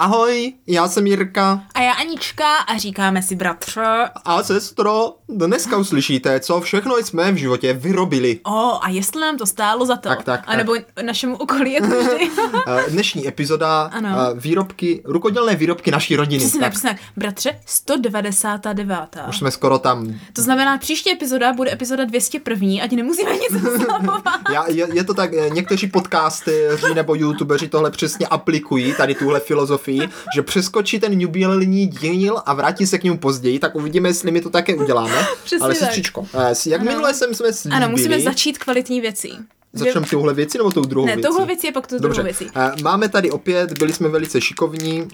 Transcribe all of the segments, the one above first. Ahoj, já jsem Jirka A já Anička a říkáme si bratře. a sestro, dneska uslyšíte, co všechno jsme v životě vyrobili. O, a jestli nám to stálo za to. Tak, tak, a nebo našemu okolí jako vždy. Eh, Dnešní epizoda Ano. eh, výrobky, rukodělné výrobky naší rodiny. Přesně tak, Tak, přesně tak. Bratře, 199. už jsme skoro tam. To znamená, příští epizoda bude epizoda 201, ať nemusíme nic oslavovat. Já, je, je to tak, eh, někteří podcasteři nebo youtubeři tohle přesně aplikují, tady tuhle filozofii, že přeskočí ten jubilejní díl a vrátí se k němu později, tak uvidíme, jestli my to také uděláme. Přesně Ale tak. sestřičko, eh, s- jak Ano. minule jsem jsme slíbili, Ano, musíme začít kvalitní věcí. začneme touhle věci nebo tou druhou Ne, věcí? touhle věcí je pak tu druhou Dobře, věcí. Eh, máme tady opět, byli jsme velice šikovní,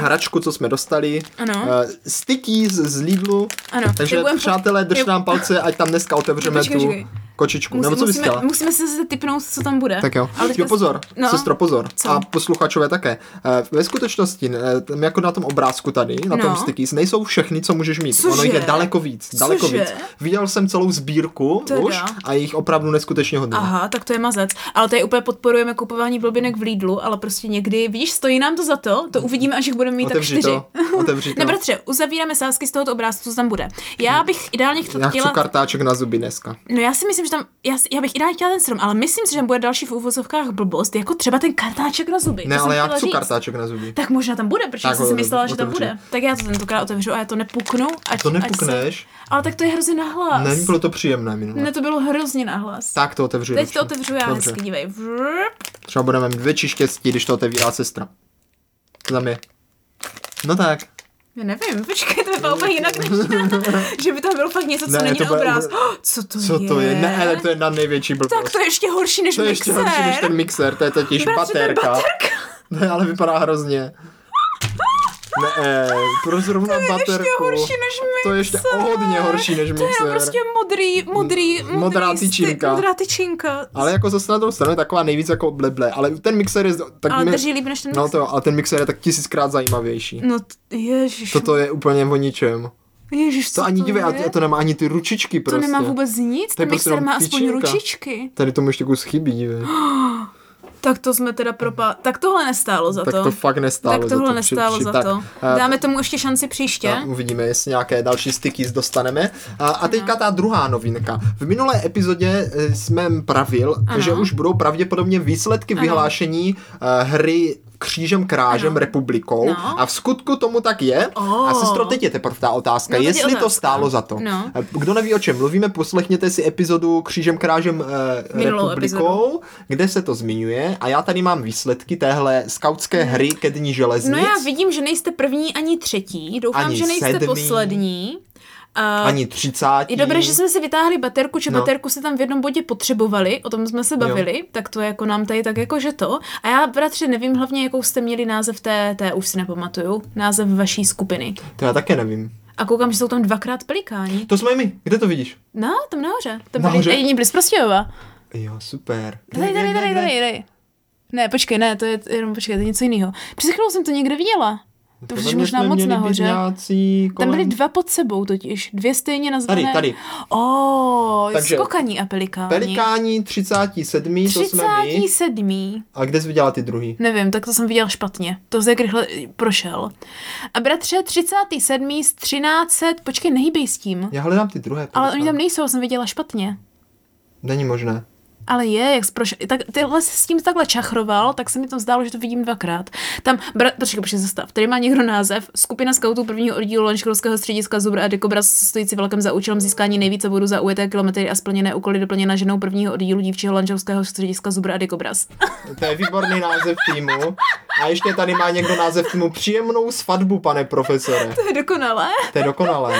hračku, co jsme dostali, Mhm. Ano. eh, sticky z, z Lidlu, Ano, takže potřebujeme- přátelé, držte nám palce, ať tam dneska otevřeme Počkej, tu počkej. kočičku, nebo co bys musíme, chtěla? musíme si zase typnout, co tam bude. Tak jo. Ale jo, teďka- pozor, no, sestro, pozor. Co? A posluchačové také. Eh, Ve skutečnosti, eh, tam jako na tom obrázku tady, na tom No. stickies, nejsou všechny, co můžeš mít. Cože? Ono jich je daleko víc, daleko Cože? víc. Viděl jsem celou sbírku Teda? už a jich opravdu neskutečně hodně. Aha, tak to je mazec. Ale tady úplně podporujeme kupování blobinek v Lidlu, ale prostě někdy, vidíš, stojí nám to za to, to uvidíme, až jich budeme mít Mm. Otevři tak čtyři. to, No. otevři to. Ne, bratře, uzavíráme sázky z tohoto obrázku, co tam bude. Já bych ideálně Já chci chtěla... kartáček na zuby dneska. No já si myslím, že tam, já, si- já bych ideálně chtěla ten strom, ale myslím si, že tam bude další v úvozovkách blbost, jako třeba ten kartáček na zuby. Ne, to jsem ale já chtěla chci říct. kartáček na zuby. Tak možná tam bude, protože Tak jsem si ho myslela, že tam otevři. bude. Tak já to tentokrát otevřu a já to nepuknu. Ať, To Ať se... nepukneš? Ale tak to je hrozně nahlas. Ne, bylo to příjemné minule. ne, to bylo hrozně nahlas. Tak to otevřu. Teď dobře. to otevřu já Dobře. hezky, dívej. Vrp. Třeba budeme mít větší štěstí, když to otevírá sestra. To tam je. No tak. Já nevím, počkej, to vypadá úplně jinak, než že by tam bylo fakt něco, co Ne, není to na bude- obrázku. Co to Co je? to je? Ne, ale to je na největší blbost. Tak to je ještě horší než to je mixer. ještě horší než ten mixer, to je totiž Bratře, to je baterka. Ne, ale vypadá hrozně. Ne, eh, pro zrovna To je ještě baterku. horší než mixer. To je ještě o hodně horší než To je jenom mixer. prostě modrý, modrý, modrý modrá styk, tyčinka. Modrá tyčinka. Ale jako zase na druhou stranu je taková nejvíc jako bleble, ale ten mixer je... Tak Ale mi- drží líp než ten No mixer. to, ale ten mixer je tak tisíckrát zajímavější. No, t- ježiš. Toto je úplně o ničem. Ježiš, co To ani to dívej, a je? to, to nemá ani ty ručičky To prostě. nemá vůbec nic, To je ten prostě mixer jenom má aspoň tyčinka. ručičky. Tady tomu ještě kus chybí, dívej. Tak to jsme teda propa... Tak tohle nestálo za tak to, to. fakt nestálo tak za tohle to. nestálo při- za tak, to. eh, no. Dáme tomu ještě šanci příště. a uvidíme, jestli nějaké další styky dostaneme. A, a teďka ta druhá novinka. V minulé epizodě eh, jsme pravil, Ano. že už budou pravděpodobně výsledky vyhlášení eh, hry křížem krážem Ano. republikou No. a v skutku tomu tak je. Oh. A sestro, teď je teprve ta otázka, No, teď je jestli to otázka. stálo za to. No. Eh, Kdo neví, o čem mluvíme, poslechněte si epizodu křížem krážem eh, Minulou republikou, epizodu. kde se to zmiňuje a já tady mám výsledky téhle skautské hry ke dní železnic. No já vidím, že nejste první ani třetí, doufám, Ani že nejste sedmý. poslední. Uh, ani třicátí. Je dobré, že jsme si vytáhli baterku, že No. no. baterku se tam v jednom bodě potřebovali, o tom jsme se bavili, jo. tak to je jako nám tady tak jako že to. A já, bratře, nevím hlavně, jakou jste měli název té, té už si nepamatuju, název vaší skupiny. To já také nevím. A koukám, že jsou tam dvakrát pelikáni. To jsme my. Kde to vidíš? No, tam nahoře. Tam Nahoře? byli, a jedni byli z Prostějova. Jo, super. Tady, tady, tady, tady, tady. Ne, počkej, ne, to je jenom počkej, to je něco jiného. Před chvílou jsem to někde viděla. To už možná moc nahoře. Nějací, Tam byly dva pod sebou totiž, dvě stejně nazvané. Tady, tady. O, Takže- Takže skokaní a pelikáni. Pelikáni 37. to jsme my. 37. A kde jsi viděla ty druhý? Nevím, tak to jsem viděl špatně. To se jak rychle prošel. A bratře, 37. z 13. Počkej, nehýbej s tím. Já hledám ty druhé. Ale oni pelikány. tam nejsou, já jsem viděla špatně. Není možné. Ale je, jak jsi prošel. Tak tyhle jsi s tím takhle čachroval, tak se mi to zdálo, že to vidím dvakrát. Tam, bra, počkej, počkej, zastav. Tady má někdo název. Skupina skautů prvního oddílu Lanškolského střediska Zubr a Dekobraz stojící velkem za účelem získání nejvíce bodů za ujeté kilometry a splněné úkoly doplněna ženou prvního oddílu dívčího Lanškolského střediska Zubr a Dekobraz. To je výborný název týmu. A ještě tady má někdo název týmu příjemnou svatbu, pane profesore. to je dokonalé. To je dokonalé.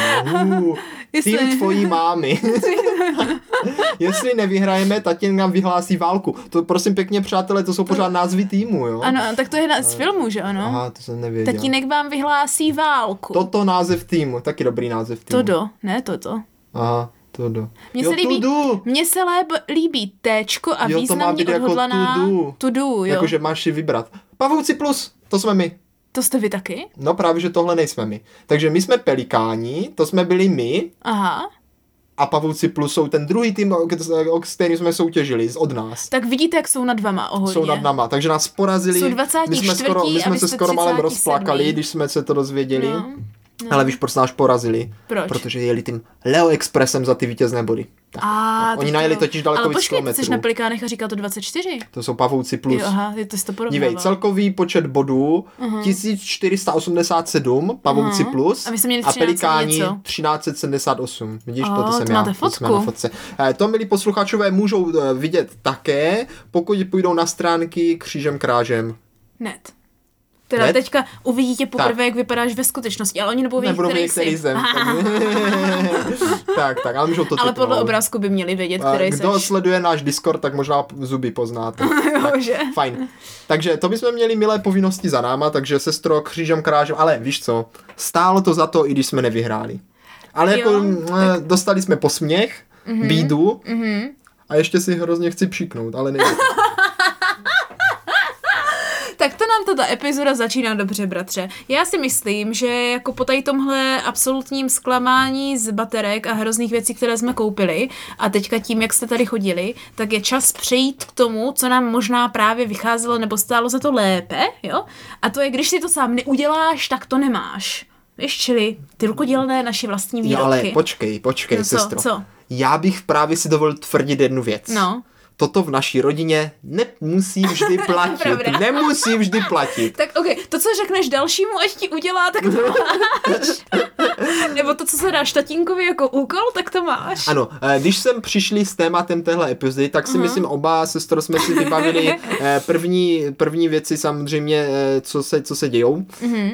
Uh, Jestli- tým tvojí mámy. Jestli nevyhrajeme, tatín nám vyhlásí válku. To prosím pěkně, přátelé, to jsou pořád názvy týmu, jo? Ano, tak to je na, z filmu, že ano? Aha, to jsem nevěděl. Tatínek vám vyhlásí válku. Toto název týmu, taky dobrý název týmu. Todo, ne toto. Aha, Todo. Mně jo, se líbí, Tudu. mně se léb, líbí téčko Jo, a to má významně být jako odhodlaná to do. to do, jo. Jakože máš si vybrat. Pavouci plus, to jsme my. To jste vy taky? No právě, že tohle nejsme my. Takže my jsme pelikáni, to jsme byli my, Aha. a Pavouci Plus jsou ten druhý tým, o- k- o- s kterým jsme soutěžili z- od nás. Tak vidíte, jak jsou nad vama o hodně. Jsou nad náma, takže nás porazili. Jsou 24. my jsme, skoro, my a jsme vy se jste skoro málem 37.. rozplakali, když jsme se to dozvěděli. No. No. Ale víš, proč nás porazili? Proč? Protože jeli tím Leo Expressem za ty vítězné body. Tak. A, Oni tak to najeli jo. totiž daleko Ale víc počkej, ty jsi kilometrů. na pelikánech a říkal to 24. To jsou pavouci plus. Jo, aha, ty to jsi to porovnával. Dívej, celkový počet bodů 1487, pavouci Aha. plus A my jsme měli a 13 pelikáni něco. 1378. Vidíš, O, to, to to jsem já. máte to jsme na fotku. fotce. Eh, To, milí posluchačové, můžou eh, vidět také, pokud půjdou na stránky křížem krážem. Net. Teda Net? teďka uvidíte poprvé, Tak. jak vypadáš ve skutečnosti, ale oni nebudou vědět, Nebudou který vědět, který jsi. jsem. tak, tak, ale můžou to ale podle typnout. obrázku by měli vědět, A který Kdo jsi. sleduje náš Discord, tak možná p- zuby poznáte. Jo, že? Fajn. Takže to bychom měli milé povinnosti za náma, takže sestro křížem krážem, ale víš co, stálo to za to, i když jsme nevyhráli. Ale Jo, jako m, eh, dostali jsme posměch, mm-hmm. bídu Mhm. a ještě si hrozně chci přiknout, ale nejde. Tak to nám ta epizoda začíná dobře, bratře. Já si myslím, že jako po tady tomhle absolutním zklamání z baterek a hrozných věcí, které jsme koupili a teďka tím, jak jste tady chodili, tak je čas přejít k tomu, co nám možná právě vycházelo nebo stálo za to lépe, jo? To A to je, když si to sám neuděláš, tak to nemáš. Víš, čili ty rukodělné naše vlastní Jo, výrobky. No, ale počkej, počkej, No co, sestro. co? Já bych právě si dovolil tvrdit jednu věc. No. Toto v naší rodině nemusí vždy platit. Pravda. nemusí vždy platit. Tak ok, to, co řekneš dalšímu, ať ti udělá, tak to No. máš. Nebo to, co se dáš tatínkovi jako úkol, tak to máš. Ano, eh, když jsem přišli s tématem téhle epizody, tak Mhm. si myslím, oba sestro jsme si vybavili eh, první, první věci samozřejmě, eh, co se, co se dějou,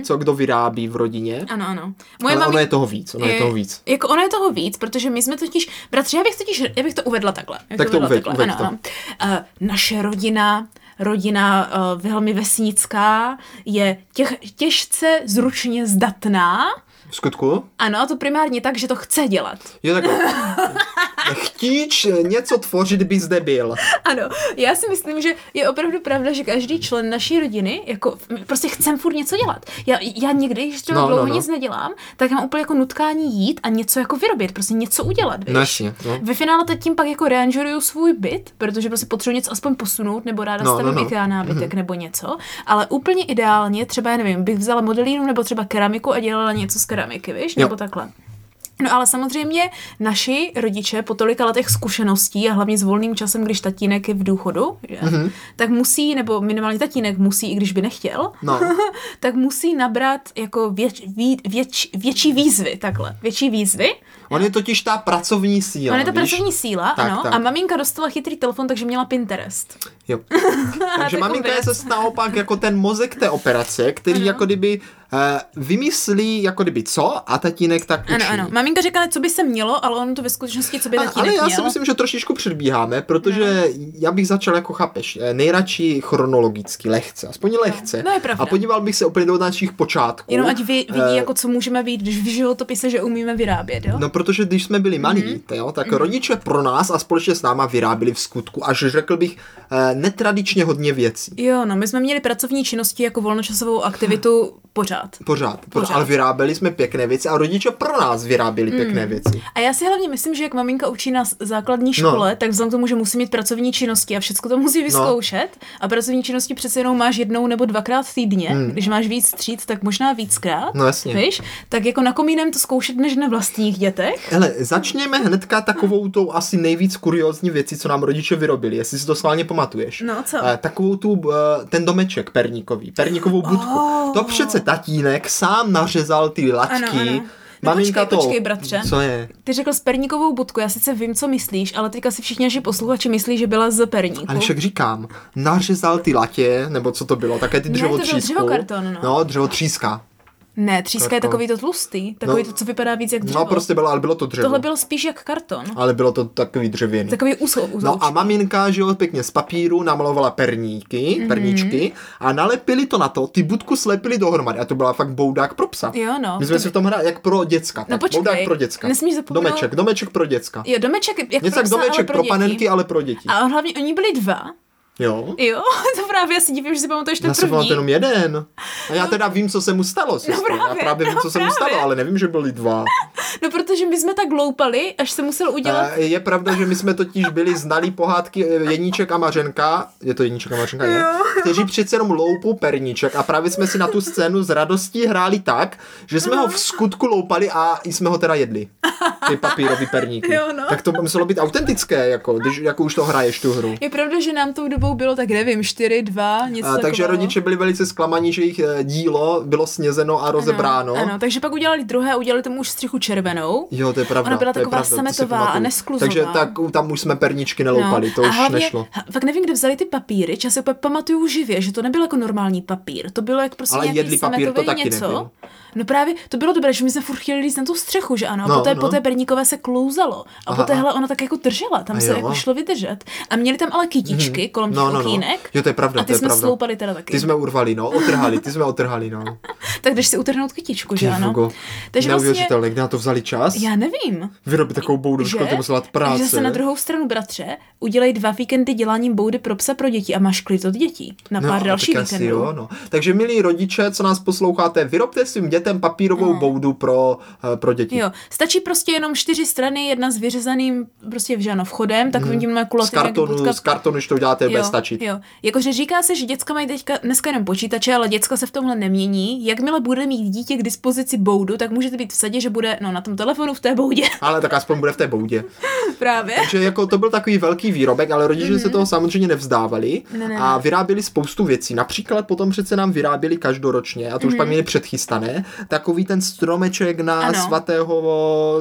co kdo vyrábí v rodině. Ano, ano. Ale Mhm. Moje ono maminka je toho víc, ono je, toho víc. Jako ono je toho víc, protože my jsme totiž, bratře, já bych totiž, já bych to uvedla takhle. Já bych Tak to uvedla uveď, takhle, uveď ano, to. ano. Eh, naše rodina, rodina uh, Vilmy Vesnická je těch, těžce zručně zdatná. V skutku? Ano, a to primárně tak, že to chce dělat. Jo, takhle. Chtíč něco tvořit by zde byl. Ano, já si myslím, že je opravdu pravda, že každý člen naší rodiny, jako m- prostě chcem furt něco dělat. Já, já někdy, když třeba No, no, no, dlouho no. no, nic nedělám, tak mám úplně jako nutkání jít a něco jako vyrobit, prostě něco udělat, víš? No jasně, no. Ve finále teď tím pak jako reanžuruju svůj byt, protože prostě potřebuji něco aspoň posunout, nebo ráda No, no, no, stavím no. no, no. nábytek nebo něco, ale úplně ideálně, třeba já nevím, bych vzala modelínu nebo třeba keramiku a dělala něco z keramiky, víš, Jo. nebo takhle. No ale samozřejmě naši rodiče po tolika letech zkušeností a hlavně s volným časem, když tatínek je v důchodu, že, Mhm. mm-hmm. tak musí, nebo minimálně tatínek musí, i když by nechtěl, No. tak musí nabrat jako věč, vě, věč, větší výzvy, takhle, větší výzvy. On je totiž ta pracovní síla, Ona je to víš? pracovní síla, Tak, ano, tak. a maminka dostala chytrý telefon, takže měla Pinterest. Jo. Takže Tak maminka je vůbec. zase naopak jako ten mozek té operace, který jako kdyby uh, vymyslí jako kdyby co a tatínek tak učiní. Ano, ano. Maminka říkala, co by se mělo, ale ono to ve skutečnosti, co by A, ale tatínek já si měl. myslím, že trošičku předbíháme, protože No. já bych začal jako chápeš, eh, nejradši chronologicky, lehce, aspoň lehce. no je pravda. A podíval bych se úplně do našich počátků. Jenom ať vy, vidí, Eh, jako co můžeme být, když v životopise, že umíme vyrábět, jo? No, protože když jsme byli malí, Mhm. to jo, tak rodiče pro nás a společně s náma vyráběli v skutku až řekl bych eh, netradičně hodně věcí. Jo, no, my jsme měli pracovní činnosti jako volnočasovou aktivitu pořád. Pořád, pořád. Pořád. Ale vyráběli jsme pěkné věci a rodiče pro nás vyráběli pěkné Mhm. věci. A já si hlavně myslím, že jak maminka učí na s- základní škole, no. tak vzhledem k tomu, že musí mít pracovní činnosti a všechno to musí vyzkoušet, no. a pracovní činnosti přece jenom máš jednou nebo dvakrát týdně, hmm. když máš víc tříd, tak možná víckrát, No jasně. víš? Tak jako na komínem to zkoušet než na vlastních dětech. Hele, začněme hnedka takovou tou asi nejvíc kuriózní věcí, co nám rodiče vyrobili, jestli si to schválně pamatuješ. No, co? Eh, Takovou tu, eh, ten domeček perníkový, perníkovou budku. Oh. To přece tatínek sám nařezal ty laťky. Ano, ano. No počkej, počkej, bratře. Co je? Ty řekl s perníkovou budku, já sice vím, co myslíš, ale teďka si všichni naši posluchači myslí, že byla z perníku. Ale však říkám, nařezal ty latě, nebo co to bylo, také ty Ne, to byl dřevotřísku. dřevokarton, no. no, dřevotříska. Ne, tříska je Karton. takový to tlustý, takový to, co vypadá víc jak dřevo. No, prostě bylo, ale bylo to dřevo. Tohle bylo spíš jak karton. Ale bylo to takový dřevěný. Takový úzkou. No a maminka, že jo, pěkně z papíru namalovala perníky, Mhm. mm-hmm. perníčky a nalepili to na to, ty budku slepili dohromady a to byla fakt boudák pro psa. Jo, no. My jsme To- No si v tom hráli jak pro děcka. tak počkej, boudák pro děcka. nesmíš zapomenout- Domeček, domeček pro děcka. Jo, domeček jak Něco pro jak psa, ale domeček pro, pro, děti. panenky, ale pro děti. A hlavně oni byli dva. Jo. Jo, to právě já si divím, že si pamatuješ ten Já jsem první. byl jenom jeden. A já teda vím, co se mu stalo. sestro. já právě, právě vím, no co se mu právě. stalo, ale nevím, že byli dva. No protože my jsme tak loupali, až se musel udělat... Eh, Je pravda, že my jsme totiž byli znalí pohádky eh, Jeníček a Mařenka, je to Jeníček a Mařenka, ne? kteří přece jenom loupu perníček a právě jsme si na tu scénu s radostí hráli tak, že jsme ho v skutku loupali a i jsme ho teda jedli, ty papírový perníky. Jo, no. Tak to muselo být autentické, jako, když jako už to hraješ tu hru. Je pravda, že nám tou dobou bylo tak nevím, 4, 2, něco A, takže takového. rodiče byli velice zklamaní, že jejich eh, dílo bylo snězeno a rozebráno. Ano, ano, takže pak udělali druhé, udělali tomu už střichu červenou. Jo, to je pravda. Ona byla to je taková pravda, to si sametová a pamatuju. neskluzová. Takže tak, tam už jsme perničky neloupali, to No, a už hlavně, nešlo. ha- Fakt nevím, kde vzali ty papíry, já si úplně pamatuju živě, že to nebyl jako normální papír, to bylo jak prostě Ale nějaký jedli papír, to sametový taky něco. nevím. No právě, to bylo dobré, že my jsme furt chtěli líst na tu střechu, že ano, a No, no, poté, no. no. poté perníkové se klouzalo a Aha, poté, a- hele, ona tak jako držela, tam A se jo. jako šlo vydržet. A měli tam ale kytičky Mhm. kolem těch No, no, no. okýnek. Jo, to je pravda, a ty to je jsme pravda. sloupali teda taky. Ty jsme urvali, no, otrhali, ty jsme otrhali, no. Tak jdeš si utrhnout kytičku, Ty že ano. Fugo, Takže vlastně, neuvěřitelné, kde na to vzali čas? já nevím. Vyrobit takovou boudu, že? že? to musela dát Takže práce. zase na druhou stranu, bratře, udělej dva víkendy děláním boudy pro psa pro děti a máš klid od dětí. Na pár a dalších No, tak asi víkendů. jo, no. Takže milí rodiče, co nás posloucháte, vyrobte svým dětem papírovou boudu pro, eh, pro děti. Jo, stačí prostě jenom čtyři strany, jedna s vyřezaným prostě v žano vchodem, takovým tímhle Hmm. Z kulatým jak kartonu, budka. z kartonu, když to uděláte, bude Jo, stačit. jo. Jakože říká se, že děcka mají teďka dneska jenom počítače, ale děcka se v tomhle nemění. Jakmile bude mít dítě k dispozici boudu, tak můžete být v sadě, že bude no, na tom telefonu v té boudě. Ale tak aspoň bude v té boudě. Právě. Takže jako to byl takový velký výrobek, ale rodiče mm-hmm. se toho samozřejmě nevzdávali Mhm. Ne, ne, a vyráběli spoustu věcí. Například potom přece nám vyráběli každoročně, a to mm-hmm. už pak měli předchystané, takový ten stromeček na ano. Mhm. Ano. svatého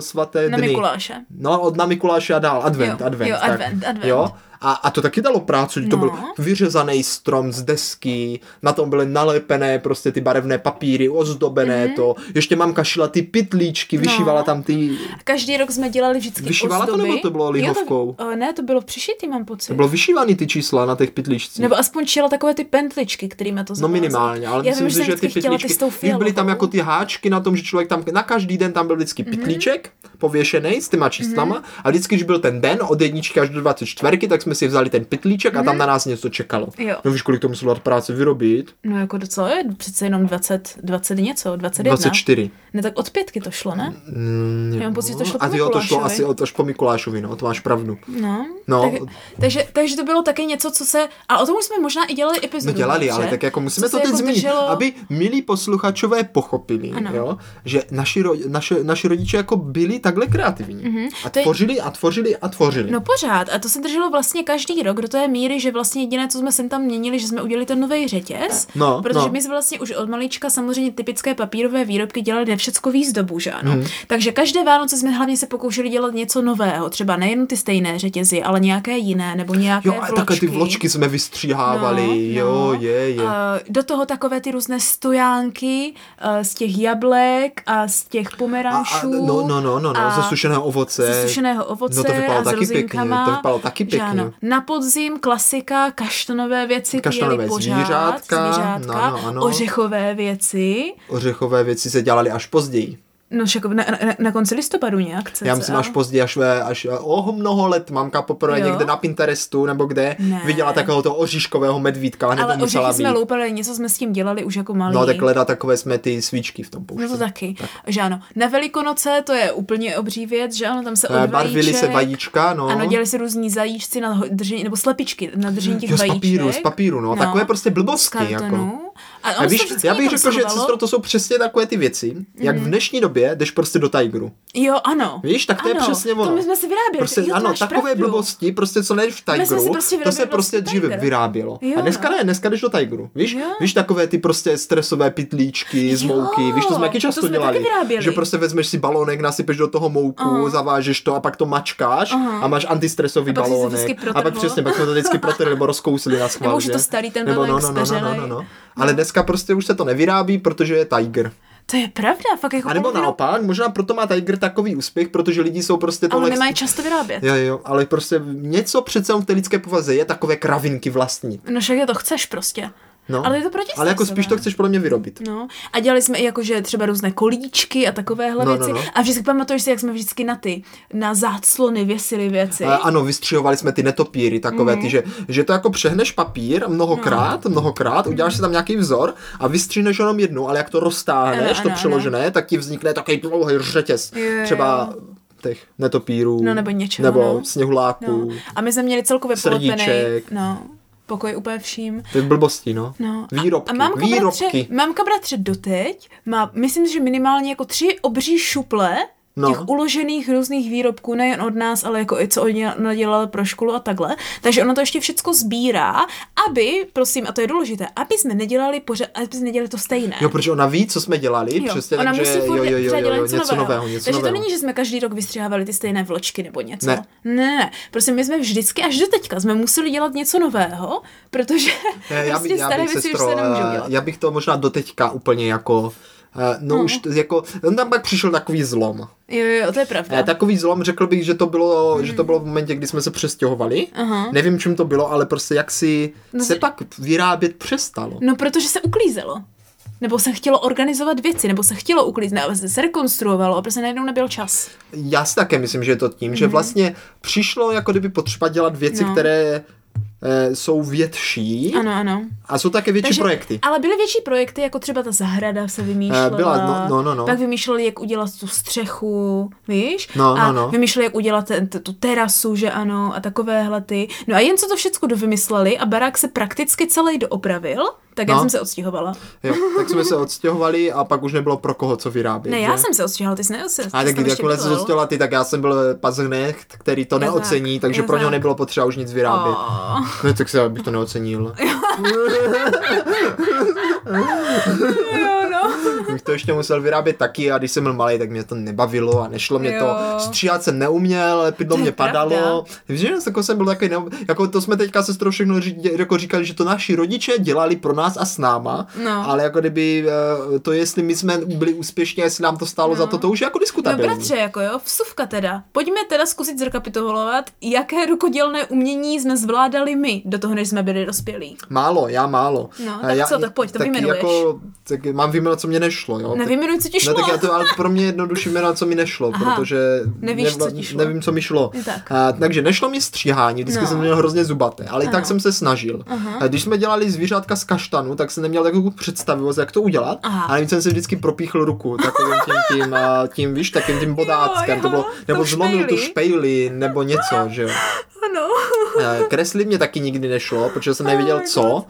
svaté Na dny. Mikuláše. No, od na Mikuláše a dál, advent, Jo, advent. jo, tak. advent, advent. Jo? A, a to taky dalo práci, to No. byl vyřezaný strom z desky, na tom byly nalepené prostě ty barevné papíry, Mhm. ozdobené mm-hmm. to, ještě mamka šila ty No. pytlíčky, vyšívala tam ty Každý rok jsme dělali vždycky Vyšívala to, ozdoby. nebo to bylo lihovkou? Jo, to, eh, ne, to bylo přišitý, mám pocit. To bylo vyšívaný ty čísla na těch pytlíčcích. Nebo aspoň šila takové ty pentličky, kterými to Prostě- No zavázalo. minimálně, ale Já myslím vím, si, že jsem ty vždycky chtěla ty pytlíčky, s tou víš, byly tam fialovou. jako ty háčky na tom, že člověk tam, na každý den tam byl vždycky Mhm. pytlíček pověšený s těma číslama a vždycky, když byl ten den od jedničky až do 24, tak jsme si vzali ten pytlíček a tam na nás něco čekalo. Mhm. Jo. No víš, kolik to muselo dát práce vyrobit? No jako docela je, přece jenom 20, 20 něco, 21. 24. Ne, tak od pětky to šlo, ne? Mm, Já mám pocit, že to šlo a po ty jo, to šlo Mikulášovi. asi od- až po Mikulášovi, no, to máš pravdu. No. No. Tak, takže, takže to bylo taky něco, co se... A o tom už jsme možná i dělali epizodu. No dělali, ale že? tak jako musíme Co to se teď jako zmínit, drželo- aby milí posluchačové pochopili, Ano. jo, že naši, ro, naše, naši rodiče jako byli takhle kreativní a Mhm. to je- tvořili a tvořili a tvořili. No pořád, a to se drželo vlastně každý rok do té míry, že vlastně jediné, co jsme sem tam měnili, že jsme udělali ten nový řetěz, No, protože no. my jsme vlastně už od malička samozřejmě typické papírové výrobky dělali na všecko výzdobu, že ano. Mhm. Takže každé Vánoce jsme hlavně se pokoušeli dělat něco nového, třeba nejen ty stejné řetězy, ale nějaké jiné nebo nějaké jo, a vločky. No, takhle ty vločky jsme vystříhávali, jo, je, je. Eh, do toho takové ty různé stojánky eh, z těch jablek a z těch A, pomerančů. a, no, no, no, no, no, a- ze sušeného ovoce. ze sušeného ovoce No to vypadalo a taky s pěkně, rozinkama. to vypadalo taky že pěkně. ano. Na podzim klasika, kaštanové věci, Kaštanové kaštanové pořád, zvířátka, zvířátka, no, no, ano. ořechové věci. Ořechové věci se dělaly až později. No však na, na, na konci listopadu nějak. Cca. Já myslím až později, až, ve, až oh, mnoho let mamka poprvé Jo. někde na Pinterestu nebo kde Ne. viděla takového toho oříškového medvídka a hned Ale to musela ořechy mít. jsme loupali, něco jsme s tím dělali už jako malí. No tak leda takové jsme ty svíčky v tom pouštěli. No to taky, že ano. Na Velikonoce to je úplně obří věc, že ano, tam se Eh, od Barvili se vajíček- vajíčka, no. Ano, dělali se různí zajíčci na ho- držení, nebo slepičky na držení těch jo, z vajíček. papíru, z papíru, no. Takové prostě z blbosti, jako. kartonu. A ono A se víš, vždycky jako Mhm. já bych někam řekl, že schovalo. sestro, to jsou přesně takové ty věci, jak v dnešní době jdeš prostě do Tigeru. Jo, ano. Víš, tak to je ano, přesně ono. To my jsme si vyráběli. Prostě, jo, to ano, máš takové pravdu. blbosti, prostě co nejdeš v jsme si Tigeru, prostě to se vyrobili prostě vlastní dřív Tiger. vyrábělo. Jo, a dneska no. ne, dneska jdeš do Tigeru. Víš, Jo. víš takové ty prostě stresové pitlíčky z Jo, mouky, víš, to jsme taky to často jsme taky dělali. vyráběli. že prostě vezmeš si balónek, nasypeš do toho mouku, zavážeš to a pak to mačkáš Aha. a máš antistresový A pak jsi si to balónek. vždycky a pak protrhl. přesně, pak jsme to vždycky protrhli nebo rozkousli na schvál. Nebo už je že? to starý, ten nebo, no, balónek no, no, no, no, no, zkaženej. no. Ale dneska prostě už se to nevyrábí, protože je Tiger. To je pravda, fakt jako A nebo polovinu- naopak, možná proto má Tiger takový úspěch, protože lidi jsou prostě tohle Ale nemají často vyrábět. Jo, jo, ale prostě něco přece jenom v té lidské povaze je takové kravinky vlastní. No však je to chceš prostě. No. Ale je to proti Ale jako spíš to chceš podle mě vyrobit. No, a dělali jsme i jakože třeba různé kolíčky a takovéhle No, no, věci. no. A vždycky pamatuješ si, jak jsme vždycky na ty, na záclony věsili věci. A ano, vystřihovali jsme ty netopíry, takové Mhm. ty, že, že to jako přehneš papír mnohokrát, No. mnohokrát, uděláš si tam nějaký vzor a vystřihneš jenom jednu, ale jak to roztáhneš, Ano, to ano, přeložené, tak ti vznikne takový dlouhý řetěz. Jo, třeba těch netopírů. No, nebo něčeho, Nebo no. sněhuláků. No. A my jsme měli celkově Srdíček. polepený no, pokoj úplně vším. Ty blbosti, no. No. Výrobky. A, a mamka, výrobky. Bratře, mamka bratře doteď má, myslím, že minimálně jako tři obří šuple No. těch uložených různých výrobků, nejen od nás, ale jako i co oni nadělali pro školu a takhle. Takže ono to ještě všechno sbírá, aby, prosím, a to je důležité, aby jsme nedělali pořád, aby jsme nedělali to stejné. Jo, protože ona ví, co jsme dělali, Jo, přesně ona tak, že musí jo, furt jo, jo, jo, třeba dělat jo, něco něco nového. nového, něco Takže nového. to není, že jsme každý rok vystřihávali ty stejné vločky nebo něco. Ne. ne, ne. Prostě my jsme vždycky až do teďka jsme museli dělat něco nového, protože Ne, já, prostě bych, já, staré bych, věci sestro, už se nemůžou eh, dělat. já bych to možná doteďka úplně jako eh, No hmm. už t- jako, on tam pak přišel takový zlom. Jo, jo, jo, to je pravda. Eh, Takový zlom, řekl bych, že to bylo, že to bylo v momentě, kdy jsme se přestěhovali. Aha. Nevím, čím to bylo, ale prostě jak si No se z- pak vyrábět přestalo. No, protože se uklízelo. Nebo se chtělo organizovat věci, nebo se chtělo uklízet, ale se rekonstruovalo a prostě najednou nebyl čas. Já si také myslím, že je to tím, že vlastně přišlo jako kdyby potřeba dělat věci, Hmm. No. které eh, jsou větší Ano, ano. a jsou také větší projekty. Ale byly větší projekty, jako třeba ta zahrada se vymýšlela. Eh, byla, no, no, no, no. Pak vymýšleli, jak udělat tu střechu, víš? No, no, a no. vymýšleli, jak udělat ten, t- tu terasu, že ano, a takovéhle ty. No a jen co to všechno dovymysleli a barák se prakticky celý doopravil, tak já No. jsem se odstěhovala. Jo, tak jsme se odstěhovali a pak už nebylo pro koho co vyrábět. Ne, že? já jsem se odstěhovala, ty jsi neodstěhovala. A tak jakmile se zostila ty, tak já jsem byl paznecht, který to Kazák, neocení, takže pro kazák. něho nebylo potřeba už nic vyrábět. Oh. No tak se bych to neocenil. Jo, no. Bych to ještě musel vyrábět taky a když jsem byl malý, tak mě to nebavilo a nešlo mě to. Jo. Stříhat jsem neuměl, lepidlo To je mě padalo. pravda. Víš, že jako jsem byl takový, ne... jako to jsme teďka se všechno ří- jako říkali, že to naši rodiče dělali pro nás a s náma, No. ale jako kdyby eh, to, jestli my jsme byli úspěšní, a jestli nám to stálo za to, to už je jako No diskutabilní. bratře, jako jo, vsuvka teda. Pojďme teda zkusit zrekapitulovat, jaké rukodělné umění jsme zvládali my do toho, než jsme byli dospělí. Málo, já málo. No, A tak já, co, tak pojď, to taky vyjmenuješ. Jako, tak mám vyjmenovat, co mě nešlo, jo. tak, Nevyjmenuj, co ti šlo. no tak já to, ale pro mě jednoduše jmenovat, co mi nešlo, Aha. protože Nevíš, nevla- co ti šlo. nevím, co mi šlo. Je tak. A, takže nešlo mi stříhání, vždycky No. jsem měl hrozně zubaté, ale i tak Ano. jsem se snažil. A když jsme dělali zvířátka z kaštanu, tak jsem neměl takovou představivost, jak to udělat, Aha. ale jsem si vždycky propíchl ruku takovým tím, tím, a tím víš, takým tím bodáckem, jo, to bylo, nebo tou zlomil tu špejli. špejli, nebo něco, že jo. Ano. Eh, Kreslit mě taky nikdy nešlo, protože jsem nevěděl Oh co,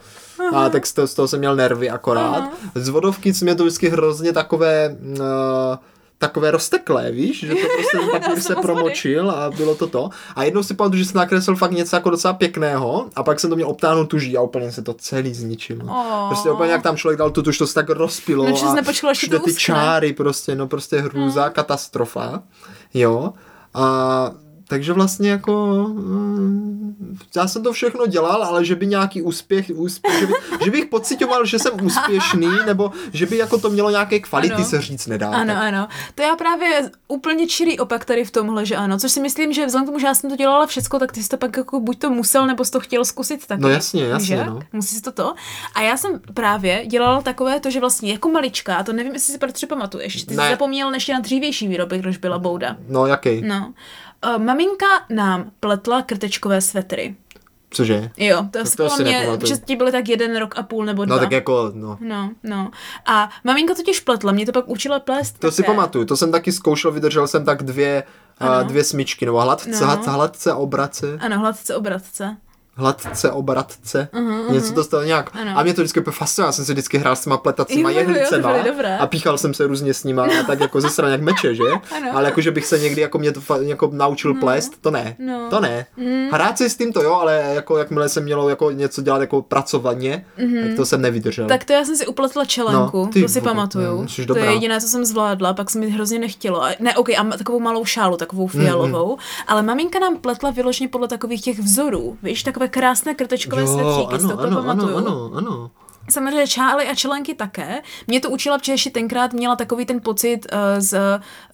a tak z toho, z toho jsem měl nervy akorát. Z vodovky jsme to vždycky hrozně takové... eh, takové rozteklé, víš, že to prostě ten papír se jsem moc promočil a bylo to to. A jednou si pamatuju, že jsem nakreslil fakt něco jako docela pěkného a pak jsem to měl obtáhnout tuží a úplně se to celý zničilo. Aw. Prostě úplně jak tam člověk dal tu tuž, to se tak rozpilo Oh. No, že jsi a nepočkala, až ti všude to ty uschne. čáry prostě, no prostě hrůza, Hmm. katastrofa, jo. A takže vlastně jako, mm, já jsem to všechno dělal, ale že by nějaký úspěch, úspěch že, by, že bych pocitoval, že jsem úspěšný, nebo že by jako to mělo nějaké kvality, Ano. se říct nedá. Ano, Tak. ano. To já právě úplně čirý opak tady v tomhle, že ano. Což si myslím, že vzhledem k tomu, že já jsem to dělala všecko, tak ty jsi to pak jako buď to musel, nebo jsi to chtěl zkusit taky. No jasně, Víš jasně, jak? no. Musí si to to. A já jsem právě dělala takové to, že vlastně jako malička, a to nevím, jestli si patře pamatuješ, ty jsi Ne. zapomněl ještě na dřívější výroby, když byla bouda. No jaký? No. Uh, maminka nám pletla krtečkové svetry. Cože? Jo, to, to to, to si mě, nepamatuju. že ti byly tak jeden rok a půl nebo dva. No tak jako, no. No, no. A maminka totiž pletla, mě to pak učila plést. To si také. pamatuju, to jsem taky zkoušel, vydržel jsem tak dvě, a, Ano. dvě smyčky, nebo hladce, No. hladce, hladce obrace, Ano, hladce obratce. No. hladce obratce, Mhm, něco to stalo nějak. Ano. A mě to vždycky úplně fascinovalo, já jsem si vždycky hrál s těma pletacíma Jo, jo, jo, to jehlicema byly dobré. a píchal jsem se různě s nima a tak jako ze strany jak meče, že? Ano. Mhm. Ale jako, že bych se někdy jako mě to fa- jako naučil plést, to ne, No. to ne. Hrát si s tím to jo, ale jako jakmile jsem mělo jako něco dělat jako pracovaně, tak to jsem nevydržel. Mhm. Tak to já jsem si upletla čelenku, No, no, ty to si vole, pamatuju. mm, jsi to dobrá. je jediné, co jsem zvládla, pak se mi hrozně nechtělo. A- Ne, OK, a ma- takovou malou šálu, takovou Mm, fialovou, ale maminka nám pletla vyloženě podle takových těch vzorů, víš, takové krásné krtečkové svetříky, si to ano, pamatuju. ano, ano, ano. Samozřejmě čály a členky také. Mě to učila, protože ještě tenkrát měla takový ten pocit uh, z,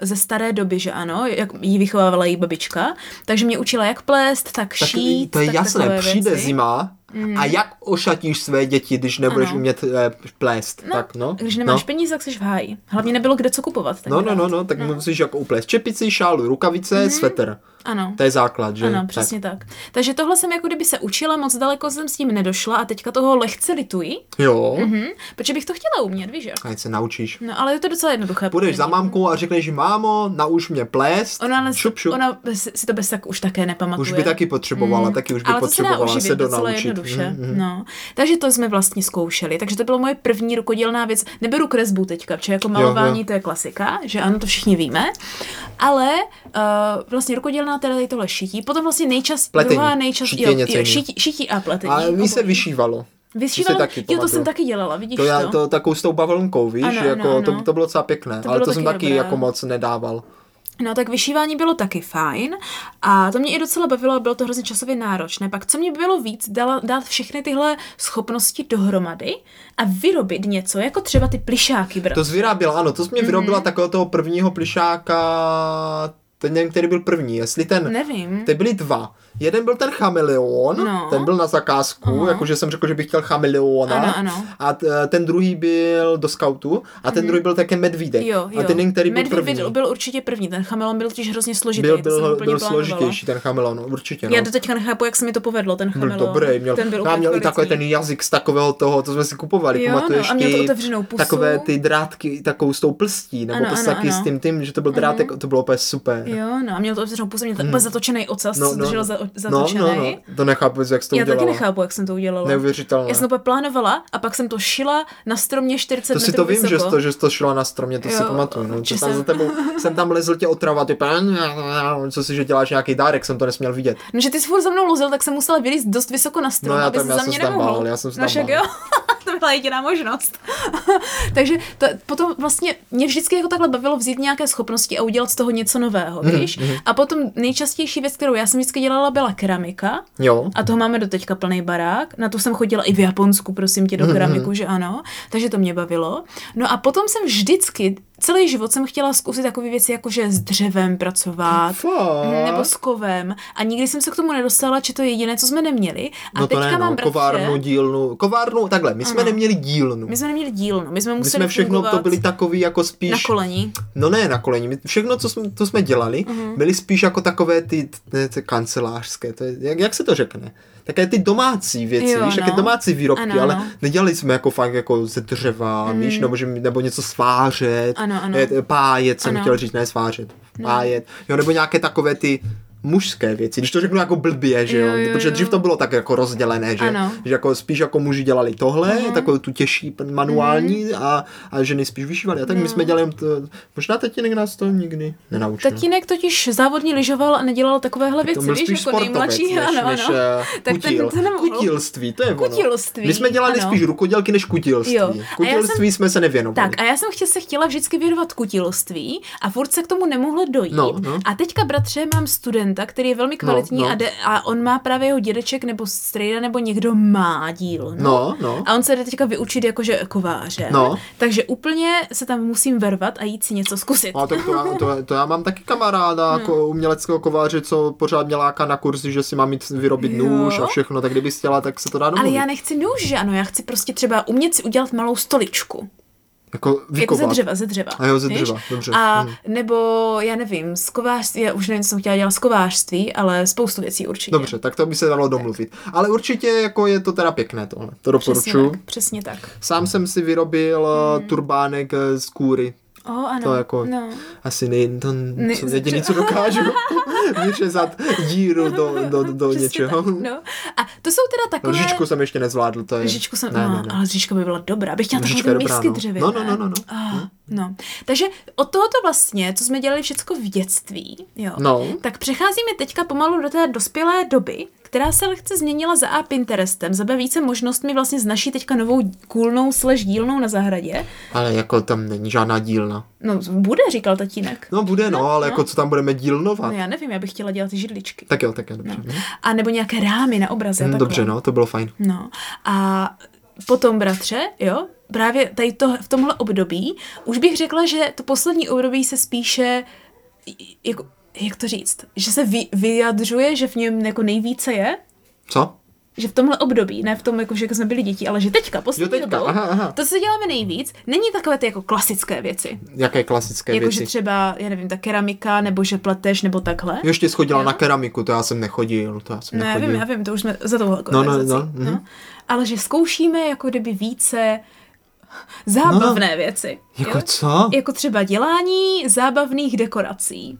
ze staré doby, že ano, jak ji vychovávala její babička. Takže mě učila jak plést, tak, Tak šít. to je tak jasné, takové přijde věci. Mhm. zima Mm. A jak ošatíš své děti, když nebudeš Ano. ano. umět eh, plést? No, tak, no. Když nemáš no. peníze, tak jsi v háji. Hlavně nebylo kde co kupovat. No, no, tenkrát. no, no, tak no. musíš jako uplést čepici, šálu, rukavice, mm. svetr. Ano. To je základ, že? Mhm. Ano, přesně tak. tak. Takže tohle jsem jako kdyby se učila, moc daleko jsem s tím nedošla a teďka toho lehce lituji, Tak. Jo, mm-hmm. hm? protože bych to chtěla umět, víš jak? a jak se naučíš. No ale je to docela jednoduché. Půjdeš podle za mě. mámkou a řekneš, mámo, nauč mě plést. Ona, ale šup, šup. ona si si to bez tak už také nepamatuje. Už by taky potřebovala, taky už by Mm. Ale to se dá potřebovala oživit se docela donaučit. jednoduše. Mhm. No. Takže to jsme vlastně zkoušeli. Takže to bylo moje první rukodělná věc. Neberu kresbu teďka, protože jako malování jo. to je klasika, že ano, to všichni víme. Ale uh, vlastně rukodělná teda tady tohle šití. Potom vlastně nejčas, Pletení. druhá nejčas, Šití jo, je něco jo, jiného. šití, šití a pletení. A mi se obojí. vyšívalo. Vyšívalo, taky jo, to pamatuju. jsem taky dělala, vidíš To, já, to. to takovou s tou bavlnkou, víš, Ano, ano, jako ano. To, to bylo docela pěkné, To ale bylo to jsem taky taky dobré. jako moc nedával. No tak vyšívání bylo taky fajn a to mě i docela bavilo a bylo to hrozně časově náročné. Pak co mě bylo víc, dala, dát všechny tyhle schopnosti dohromady a vyrobit něco, jako třeba ty plišáky, brat. To jsi vyráběla, ano, to jsi mě Mhm. vyrobila takového toho prvního plišáka, teď nevím, který byl první, jestli ten, Nevím. ty byly dva. Jeden byl ten chameleon, No. ten byl na zakázku, Aha. jakože jsem řekl, že bych chtěl chameleona. Ano, ano. Mhm. A t- eh, ten druhý byl do skautu a ten druhý byl také medvídek. Jo, jo. A ten, který byl Medvěd první, byl, byl určitě první, ten chameleon byl totiž hrozně složitý. byl, to jsem byl, úplně byl plánovala. složitější ten chameleon, určitě. No. Já do teďka nechápu, jak se mi to povedlo, ten Byl chameleon. dobrý, měl, no ten byl a úplně měl i takový ten kvalitní. jazyk z takového toho, to jsme si kupovali, Jo, pamatuješ no, a měl to ty- otevřenou pusu. Takové ty drátky, takovou s tou plstí, nebo Ano, prostě ano, taky ano. Mhm. s tím tím, že to byl drátek, to bylo úplně super. Jo, no, a měl to otevřenou pusu, měl to úplně zatočený ocas, no, no, držel za, Hmm. no, zatočený. no, no, to nechápu, jak jsi to Já taky udělala. nechápu, jak jsem to udělala. Neuvěřitelné. Já jsem to pak plánovala a pak jsem to šila na stromě 40 To si metrů to vím, že vysoko. jsi to, že jsi to šla na stromě, to Jo, si pamatuju. No. že Že tam jsem- za tebou, jsem tam lezl tě otrava, ty pán, co si, že děláš nějaký dárek, jsem to nesměl vidět. No, že ty jsi furt za mnou lozil, tak jsem musela vylíst dost vysoko na strom, No, já aby tam- se já za jsem mě se tam nemohl. bál, já jsem se no, tam však bál. jo, to byla jediná možnost. Takže to, potom vlastně mě vždycky jako takhle bavilo vzít nějaké schopnosti a udělat z toho něco nového, Mhm, víš? A potom nejčastější věc, kterou já jsem vždycky dělala, byla keramika. Jo. A toho máme doteďka plný barák. Na to jsem chodila i v Japonsku, prosím tě, do Mhm. keramiku, že ano. Takže to mě bavilo. No a potom jsem vždycky, celý život jsem chtěla zkusit takové věci, jako že s dřevem pracovat. Fakt? Nebo s kovem. A nikdy jsem se k tomu nedostala, že to je jediné, co jsme neměli. A no to teďka ne, mám no, bratře, kovárnu, dílnu, kovárnu, takhle, my jsme Ano. neměli dílnu. My jsme neměli dílnu, my jsme My museli jsme všechno, to fungovat byli takový jako spíš... na kolení. No ne na koleni, my všechno, co jsme, to jsme dělali, Mhm. uh-huh. byly spíš jako takové ty, ty, ty kancelářské, to je, jak, jak se to řekne? Také ty domácí věci, Jo, jo, víš, no. také domácí výrobky, Ano, ano, ale ano. Mhm. nedělali jsme jako fakt jako ze dřeva, mm. víš, nebo, že, nebo něco svářet, Ano, ano. eh, pájet jsem Ano. No. ano. chtěl říct, ne svářet, pájet, jo, nebo nějaké takové ty mužské věci, když to řeknu jako blbě, že jo, Jo, jo, protože jo. dřív to bylo tak jako rozdělené, že, Ano. že jako spíš jako muži dělali tohle, mm. takovou tu těžší manuální a, a ženy spíš vyšívaly. A tak my jsme dělali, jen to, možná tatínek nás to nikdy nenaučil. Tatínek totiž závodně lyžoval a nedělal takovéhle to věci, byl víš, spíš jako sportovec, nejmladší. než, ano, než ano. eh, Tak ten- kutil. ten nemohl. kutilství, to je Kutilství, ono. My jsme dělali ano. spíš rukodělky než kutilství. Jo. A já jsem- Kutilství jsme se nevěnovali. Tak a já jsem chtě, se chtěla vždycky věnovat kutilství a furt se k tomu nemohlo dojít. No, no. A teďka, bratře, mám studenta, který je velmi kvalitní no. A, de, a on má právě jeho dědeček nebo strejda nebo někdo má díl. No, no. A on se jde teďka vyučit jakože kováře. No. Takže úplně se tam musím vervat a jít si něco zkusit. No, A to, to, já- to, to já mám taky kamaráda hmm. jako uměleckého kováře, co pořád mě láká na kurzy, že si mám jít vyrobit Jo. jo. nůž a všechno, tak kdyby chtěla, tak se to dá Ale domluvit. já nechci nůž, že ano, já chci prostě třeba umět si udělat malou stoličku. Jako Jako vykovat. ze dřeva, ze dřeva. A jo, ze víš? dřeva, dobře. A Mhm. nebo, já nevím, z kovářství, já už nevím, co jsem chtěla dělat z kovářství, ale spoustu věcí určitě. Dobře, tak to by se dalo domluvit. Ale určitě jako je to teda pěkné tohle, to Přesně doporučuju. tak, přesně tak. Sám jsem si vyrobil hmm. turbánek eh, z kůry. O, ano. To jako- no. Asi nej, to Ne- No. ne, co, jediný, co dokážu, vyřezat díru do, do, do Přesně něčeho. Tak, no. A to jsou teda takové... Lžičku jsem ještě nezvládl, to je... Žičku jsem, ne, no, ne, ne. ale žička by byla dobrá. Bych chtěla takové Lžička je ty dobrá, misky no. dřevy. No, no, no, no, no. Ah, no. Takže od tohoto vlastně, co jsme dělali všecko v dětství, jo, No. tak přecházíme teďka pomalu do té dospělé doby, která se lehce změnila za A Pinterestem, za B více možnostmi vlastně z naší teďka novou kůlnou slež dílnou na zahradě. Ale jako tam není žádná dílna. No, bude, říkal tatínek. No bude, no, ale no. jako co tam budeme No, dílnovat. já nevím, já bych chtěla dělat ty židličky. Tak jo, tak jo, dobře. No. A nebo nějaké rámy na obraze. a takhle. Dobře, no, to bylo fajn. No a potom, bratře, jo, právě tady to, v tomhle období, už bych řekla, že to poslední období se spíše, j- jako, jak to říct, že se vy, vyjadřuje, že v něm jako nejvíce je, Co? že v tomhle období, ne v tom, jako, že jsme byli děti, ale že teďka, Jo, poslední teďka, dobou, aha, aha. to, co děláme nejvíc, není takové ty jako klasické věci. Jaké klasické Jako, že věci? třeba, já nevím, ta keramika, nebo že pleteš, nebo takhle. Jo, ještě schodila Jo. na keramiku, to já jsem nechodil, to já jsem Ne, nechodil. vím, já vím, to už jsme za tou no, organizací. no, mhm. Ale že zkoušíme jako kdyby více zábavné věci. Jako jo? co? Jako třeba dělání zábavných dekorací.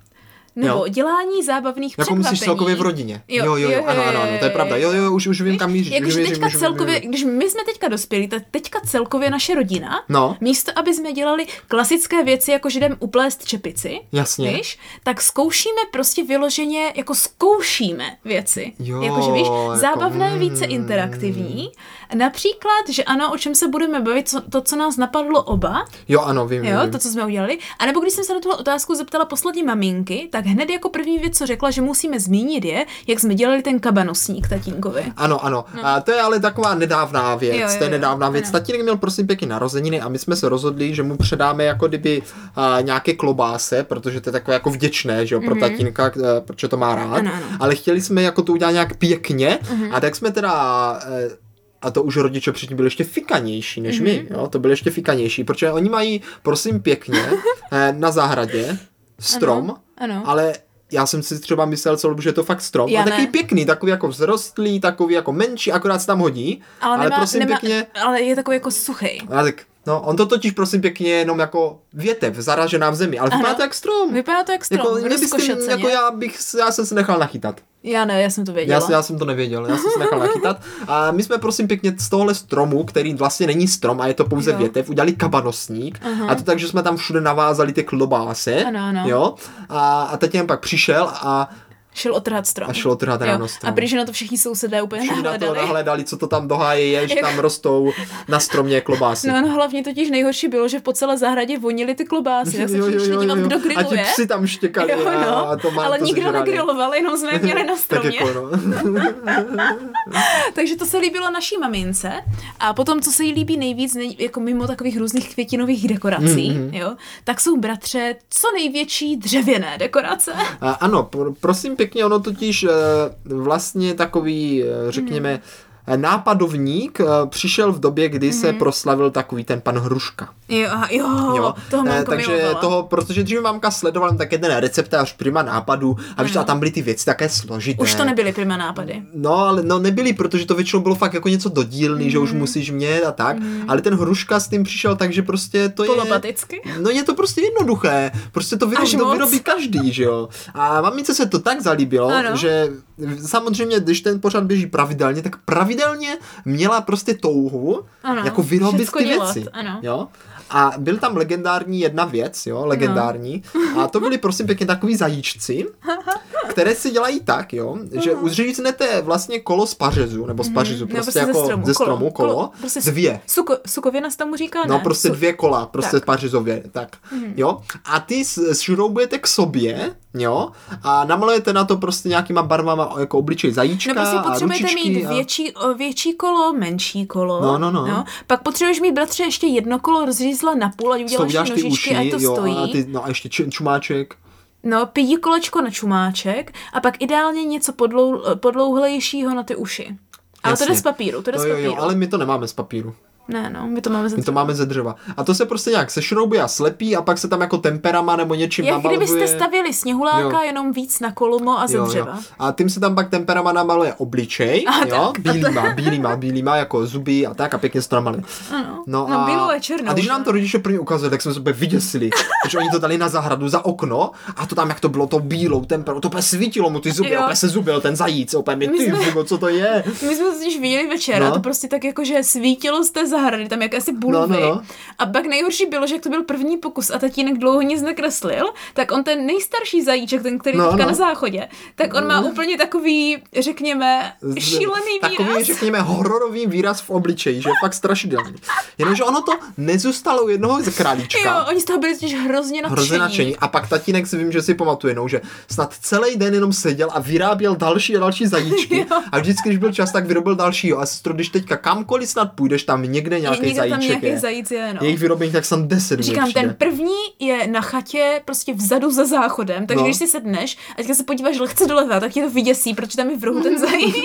Nebo Jo. dělání zábavných Jako překvapení. myslíš celkově v rodině. Jo, jo, jo, ano, ano, ano, to je pravda. Jo, jo, už, už vím, kam míříš. už Jakože vím, jako, teďka už vím, celkově, už vím. když my jsme teďka dospělí, tak teďka celkově naše rodina, No. místo aby jsme dělali klasické věci, jako že jdem uplést čepici, Jasně. víš, tak zkoušíme prostě vyloženě, jako zkoušíme věci. Jo, Jakože víš, jako, zábavné, mm. více interaktivní. Například, že ano, o čem se budeme bavit, co, to, co nás napadlo oba, Jo, ano, vím, Jo, vím. to, co jsme udělali. A nebo když jsem se na tuhle otázku zeptala poslední maminky, tak hned jako první věc, co řekla, že musíme zmínit, je, jak jsme dělali ten kabanosník tatínkovi. Ano, ano. A to je ale taková nedávná věc. No. Jo, jo, to je jo, nedávná věc. ano. Tatínek měl prosím pěkně narozeniny a my jsme se rozhodli, že mu předáme jako kdyby a, nějaké klobáse, protože to je takové jako vděčné, že jo, pro tatínka, eh, protože to má rád. Mhm. Ano, ano. Mhm. Ale chtěli jsme jako to udělat nějak pěkně a tak jsme teda eh, a to už rodiče předtím byli ještě fikanější než my, Mhm. jo, to byli ještě fikanější, protože oni mají, prosím pěkně, eh, na zahradě strom, ano. ale já jsem si třeba myslel celou dobu, že je to fakt strom. Já a takový ne. pěkný, takový jako vzrostlý, takový jako menší, akorát se tam hodí. Ale, ale prosím pěkně, Ale je takový jako suchý. a tak, no, on to totiž prosím pěkně je jenom jako větev, zaražená v zemi, ale vypadá Ano. to jak strom. Vypadá to jak strom, jako, mě byste- rozkošeceně. jako já bych, se- já jsem se nechal nachytat. já ne, já jsem to Já, věděla. jsem- já jsem to nevěděl, já jsem se nechal nachytat. A my jsme prosím pěkně z tohohle stromu, který vlastně není strom a je to pouze Jo. větev, udělali kabanosník. Aha. A to tak, že jsme tam všude navázali ty klobáse. Ano, ano. Jo? A, a teď jen pak přišel a Šel otrhat strom. A šel otrhat Jo. ráno strom. A prý, že na to všichni sousedé úplně Všichni na to nahledali. nahledali, co to tam do háje je, že tam rostou na stromě klobásy. No, no hlavně totiž nejhorší bylo, že po celé zahradě vonily ty klobásy, tak se Jo, jo, všichni jo, dívat, jo. kdo A ti griluje. psi tam štěkali jo, no, a to má ale to nikdo sežrali. negriloval, jenom jsme je měli na Tak stromě. jako no. Takže to se líbilo naší mamince. A potom, co se jí líbí nejvíc, nej, jako mimo takových různých květinových dekorací, Mm, mm-hmm. jo, tak jsou bratře co největší dřevěné dekorace. A ano, pr- prosím pěkně, ono totiž eh, vlastně takový, eh, řekněme, Mhm. eh, nápadovník eh, přišel v době, kdy se proslavil takový ten pan Hruška. Jo, aha, jo, jo. Mhm. toho eh, mamka takže milovala. toho, protože dříve mamka sledovala jen tak jeden receptář prima nápadů a víš, a tam byly ty věci také složité. Už to nebyly prima nápady. No, ale no nebyli, protože to většinou bylo fakt jako něco do dílny, že už musíš mět a tak, ale ten hruška s tím přišel tak, že prostě to je... Polopaticky. No je to prostě jednoduché, prostě to Až vyrobí, to moc. vyrobí každý, že jo. A mamince se to tak zalíbilo, Ano. že samozřejmě, když ten pořad běží pravidelně, tak pravidelně měla prostě touhu, Ano, jako vyrobit všecko ty dělat, věci. ano. Jo? A byl tam legendární jedna věc, jo, legendární. A to byly prosím pěkně takový zajíčci, které si dělají tak, jo, že uzříznete vlastně kolo z pařezu, nebo z pařezu, Nebo prostě, prostě ze jako stromu, ze kolo, stromu kolo, kolo, prostě s- dvě. Suko, sukovina se tomu říká, No ne? prostě Su- dvě kola, prostě tak. Mhm. pařizově, tak. Jo? A ty s- šroubujete k sobě, jo? A namalujete na to prostě nějakýma barvama jako obličej zajíčka No prostě a potřebujete ručičky mít a... větší, o, větší kolo, menší kolo. No, no, no. Pak potřebuješ mít, bratře, ještě jedno kolo rozřízla na půl, ať Z toho uděláš, uděláš ty ty nožičky, uši, ať to jo, stojí. a ty, no a ještě č- čumáček. No, pidí kolečko na čumáček a pak ideálně něco podlou, podlouhlejšího na ty uši. Ale to jde Jasně. z papíru, to jde No z jo, papíru. jo, ale my to nemáme z papíru. Ne, no, my to máme za My to máme ze dřeva. A to se prostě nějak sešroubuje a slepí a pak se tam jako temperama nebo něčím Jak namaluje. kdybyste stavěli sněhuláka Jo. jenom víc na kolomo a ze Jo, dřeva. Jo. A tím se tam pak temperama namaluje obličej, A jo, tak. bílýma, bílýma, bílýma, jako zuby a tak a pěkně se to namaluje. Ano. No, No, a, bílou a černou, A když že? nám to rodiče první ukazovali, tak jsme se úplně vyděsili, protože oni to dali na zahradu za okno a to tam, jak to bylo to bílou, ten to úplně svítilo mu ty zuby, Jo. úplně se zubil ten zajíc, úplně my, My ty, jsme- Hugo, co to je? My jsme to totiž viděli večer no. a No. to prostě tak jako, že svítilo z té zahrady, tam jakési bulvy. No, no, no. A pak nejhorší bylo, že jak to byl první pokus a tatínek dlouho nic nekreslil, tak on ten nejstarší zajíček, ten, který no, No, teďka no. Mhm. na záchodě, tak on má úplně takový, řekněme, šílený Takový, výraz. řekněme, hororový výraz v obličeji, že je fakt strašidelný. Jenomže ono to nezůstalo u jednoho z králíčka. Jo, oni z toho byli totiž hrozně nadšení. Hrozně nadšení. A pak tatínek si vím, že si pamatuje, no, že snad celý den jenom seděl a vyráběl další a další zajíčky. Jo. a vždycky, když byl čas, tak vyrobil další. Jo. A sestro, když teďka kamkoliv snad půjdeš, tam někde nějaký někde tam zajíček nějaký je. zajíc je, no. Jejich vyrobených tak snad 10 mi Říkám, přijde. ten první je na chatě prostě vzadu za záchodem, takže No. no. když si sedneš a teďka se podíváš lehce doleva, tak tě to vyděsí, protože tam je v rohu ten zajíc.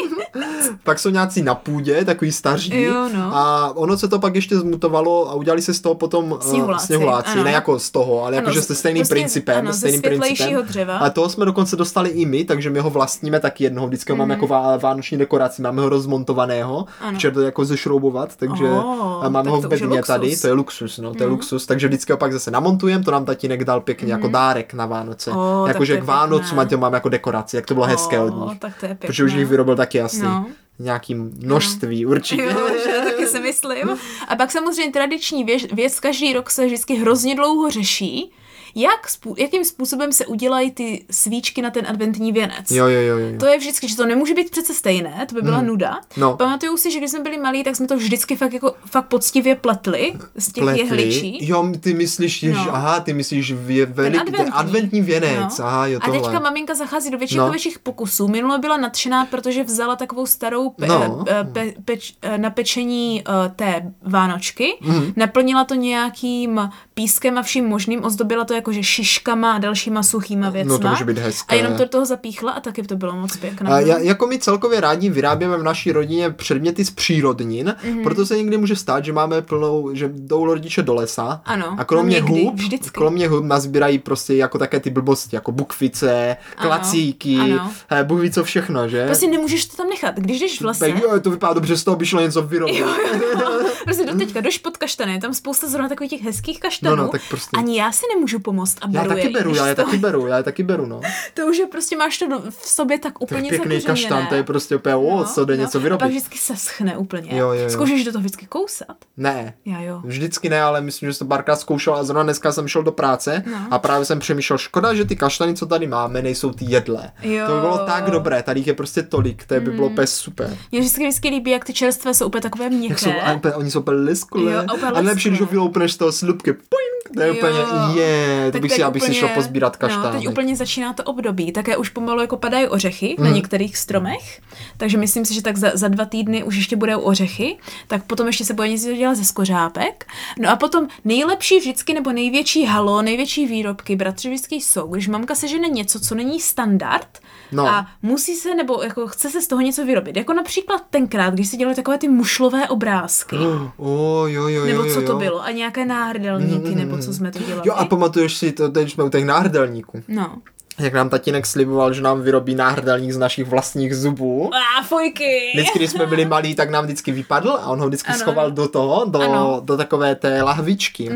Pak jsou nějací na půdě, takový starší. Jo, no. A ono se to pak ještě zmutovalo a udělali se z toho potom eh, Sněhuláci, sněhuláci. ano. Ne jako z toho, ale Ano, jakože z- se stejným prostě, principem. ano, ze stejným principem. světlejšího dřeva. A toho jsme dokonce dostali i my, takže my ho vlastníme tak jednoho. Vždycky ho máme jako vá- vánoční dekoraci, máme ho rozmontovaného. Mhm. Ano. Včera to jako zešroubovat, takže Oh, a máme tak ho v to už je bedně luxus. Mhm. tady. To je luxus, no, to je luxus. Takže vždycky ho pak zase namontujeme, to nám tatínek dal pěkně jako dárek na Vánoce. Oh, Mhm. tak to Jakože je k Vánocům, pěkné. ať ho máme jako dekoraci, jak to bylo hezké od nich. No, tak to je pěkné. Protože už jich vyrobil taky jasný. No. Nějakým množství určitě. Jo, že taky si myslím. A pak samozřejmě tradiční věc, věc každý rok se vždycky hrozně dlouho řeší, jak, spů- jakým způsobem se udělají ty svíčky na ten adventní věnec. Jo, jo, jo, jo. To je vždycky, že to nemůže být přece stejné, to by byla nuda. No. Pamatuju si, že když jsme byli malí, tak jsme to vždycky fakt, jako, fakt poctivě pletli z těch Pletli. jehličí. Jo, ty myslíš, jež, No. aha, ty myslíš je velik, ten adventní, adventní. věnec, No. aha, jo, A tohle. teďka maminka zachází do větších No. no. větších pokusů. Minule byla nadšená, protože vzala takovou starou pe- No. no. pe- peč- eh, na pečení eh, té vánočky, Mhm. mm. naplnila to nějakým pískem a vším možným, ozdobila to jakože šiškama a dalšíma suchýma věcma. No to může být hezké. A jenom to do toho zapíchla a taky to bylo moc pěkné. A ja, jako my celkově rádi vyráběme v naší rodině předměty z přírodnin, Mhm. mm-hmm. proto se někdy může stát, že máme plnou, že jdou rodiče do lesa Ano, a kromě no někdy, hub, vždycky. kromě hub nazbírají prostě jako také ty blbosti, jako bukvice, Ano, klacíky, ano. eh, bůh ví co všechno, že? Prostě nemůžeš to tam nechat. Když jdeš v lese, Tak, jo, to vypadá dobře, z toho by šlo něco vyrobit. Jo, jo, jo. Prostě do teďka jdeš pod kaštany, je tam spousta zrovna takových těch hezkých kaštanů. No, no, tak prostě. Ani já si nemůžu pomoct a Já beru taky je, beru, víš já je to, taky beru, já je taky beru, no. to už je prostě máš to do- v sobě tak Tak úplně pěkný zakořeněné. kaštan, to je prostě úplně, o, co jde něco A No, pak vyrobit. vždycky se schne úplně. Jo, jo, jo. Zkoušíš do toho vždycky kousat. Ne, Já jo. Vždycky ne, ale myslím, že jsem to párkrát zkoušel a zrovna dneska jsem šel do práce no. a právě jsem přemýšlel, škoda, že ty kaštany, co tady máme, nejsou ty jedlé. Jo. Hmm. To by bylo tak dobré, tady jich je prostě tolik, to by bylo úplně super. Mně vždycky, vždycky líbí, jak ty čerstvé jsou úplně takové měkké. Jak jsou, a úplně, oni jsou úplně liskulé. Jo, a úplně A nejlepší, když ho lesklé. vyloupneš z toho slupky, poink, to je Jo. úplně, je, to Tak bych teď si, abych si šel pozbírat No, kaštány. teď úplně začíná to období, také už pomalu jako padají ořechy Hmm. na některých stromech, takže myslím si, že tak za, za dva týdny už ještě budou ořechy, tak potom ještě se bude něco dělat ze skořápek. No a potom nejlepší vždycky nebo největší halo, největší výrobky bratři vždycky jsou, když mamka sežene něco, co není standard No. a musí se nebo jako chce se z toho něco vyrobit. Jako například tenkrát, když se dělaly takové ty mušlové obrázky. O, Oh, jo, jo, jo, Nebo Hmm. jo, co to jo. Hmm. bylo? A nějaké náhrdelníky, nebo co jsme to dělali? Jo a pamatuješ si, to, teď jsme u těch náhrdelníků, No. jak nám tatínek sliboval, že nám vyrobí náhrdelník z našich vlastních zubů. A fojky! Vždycky, když jsme byli malí, tak nám vždycky vypadl a on ho vždycky ano. Ano. schoval do toho, do, Ano. Mhm, do takové té lahvičky.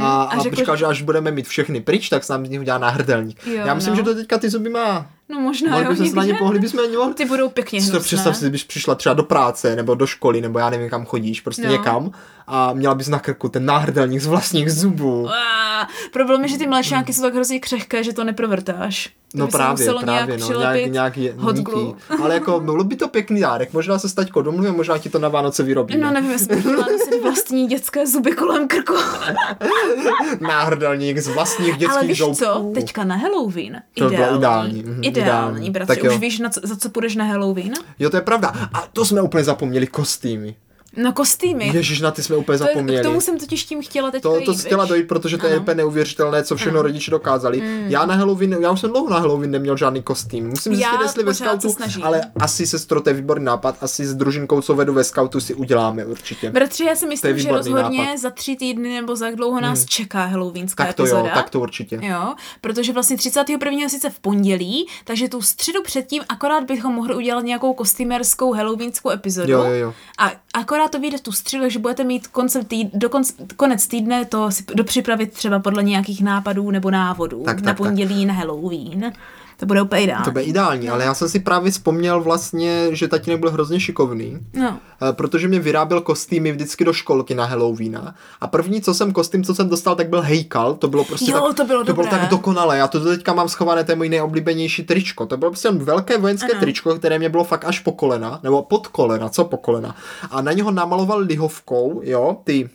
A, a, A řekl, říkal, že- že až budeme mít všechny pryč, tak se nám z nich udělá náhrdelník. Jo, Já myslím, no. že to teďka ty zuby má. No možná Mohli jo, bychom se na ně někde. pohli, bychom ani mohli. Ty budou pěkně Si to hnusné. představ si, když přišla třeba do práce nebo do školy, nebo já nevím, kam chodíš, prostě no. No. někam a měla bys na krku ten náhrdelník z vlastních zubů. Uá, Problém je, že ty mléčňáky jsou tak hrozně křehké, že to neprovrtáš. To No by se právě, muselo právě, nějak no, nějak, přilepit nějak je, hot niký. glue. Ale jako bylo by to pěkný dárek, možná se s taťkou domluvím, možná ti to na Vánoce vyrobíme. No nevím, jestli bych chtěla nosit vlastní dětské zuby kolem krku. náhrdelník z vlastních dětských Ale víš žoubků. co, teďka na Halloween. To bylo Ideální. ideální, mhm, ideální. Ideální, bratře. Tak jo. Už víš, na co, za co půjdeš na Halloween? Jo, to je pravda. A to jsme úplně zapomněli, kostýmy. Na kostýmy. Ježíš, na ty jsme úplně To je- zapomněli. K tomu jsem totiž tím chtěla teďka to, jít, to víš? Mm. chtěla dojít, protože to je úplně neuvěřitelné, co všechno rodiče dokázali. Já na Halloween, já už jsem dlouho na Halloween neměl žádný kostým. Musím Já zjistit, jestli ve pořád se skautu, snažím. ale asi se to je výborný nápad, asi s družinkou, co vedu ve skautu, si uděláme určitě. Bratře, já si myslím, že výborný rozhodně nápad. Hmm. za tři týdny nebo za jak dlouho nás čeká halloweenská tak to epizoda. jo, tak to určitě. Jo, protože vlastně 31. je sice v pondělí, takže tu středu předtím akorát bychom mohli udělat nějakou kostýmerskou halloweenskou epizodu. Jo, jo, jo. A akorát to vyjde tu středu, takže budete mít koncem týd- do konc- konec týdne to si dopřipravit třeba podle nějakých nápadů nebo návodů Tak, na tak, tak. pondělí na Halloween. To bude úplně ideální. To bude ideální, ale já jsem si právě vzpomněl vlastně, že tatínek byl hrozně šikovný. No. Eh, protože mě vyráběl kostýmy vždycky do školky na Halloweena. A první, co jsem kostým, co jsem dostal, tak byl hejkal. To bylo prostě Jo, tak, to bylo to bylo dobré. tak dokonalé. Já to do teďka mám schované, to je můj nejoblíbenější tričko. To bylo prostě jen velké vojenské ano. tričko, které mě bylo fakt až po kolena, nebo pod kolena, co po kolena. A na něho namaloval lihovkou, jo, ty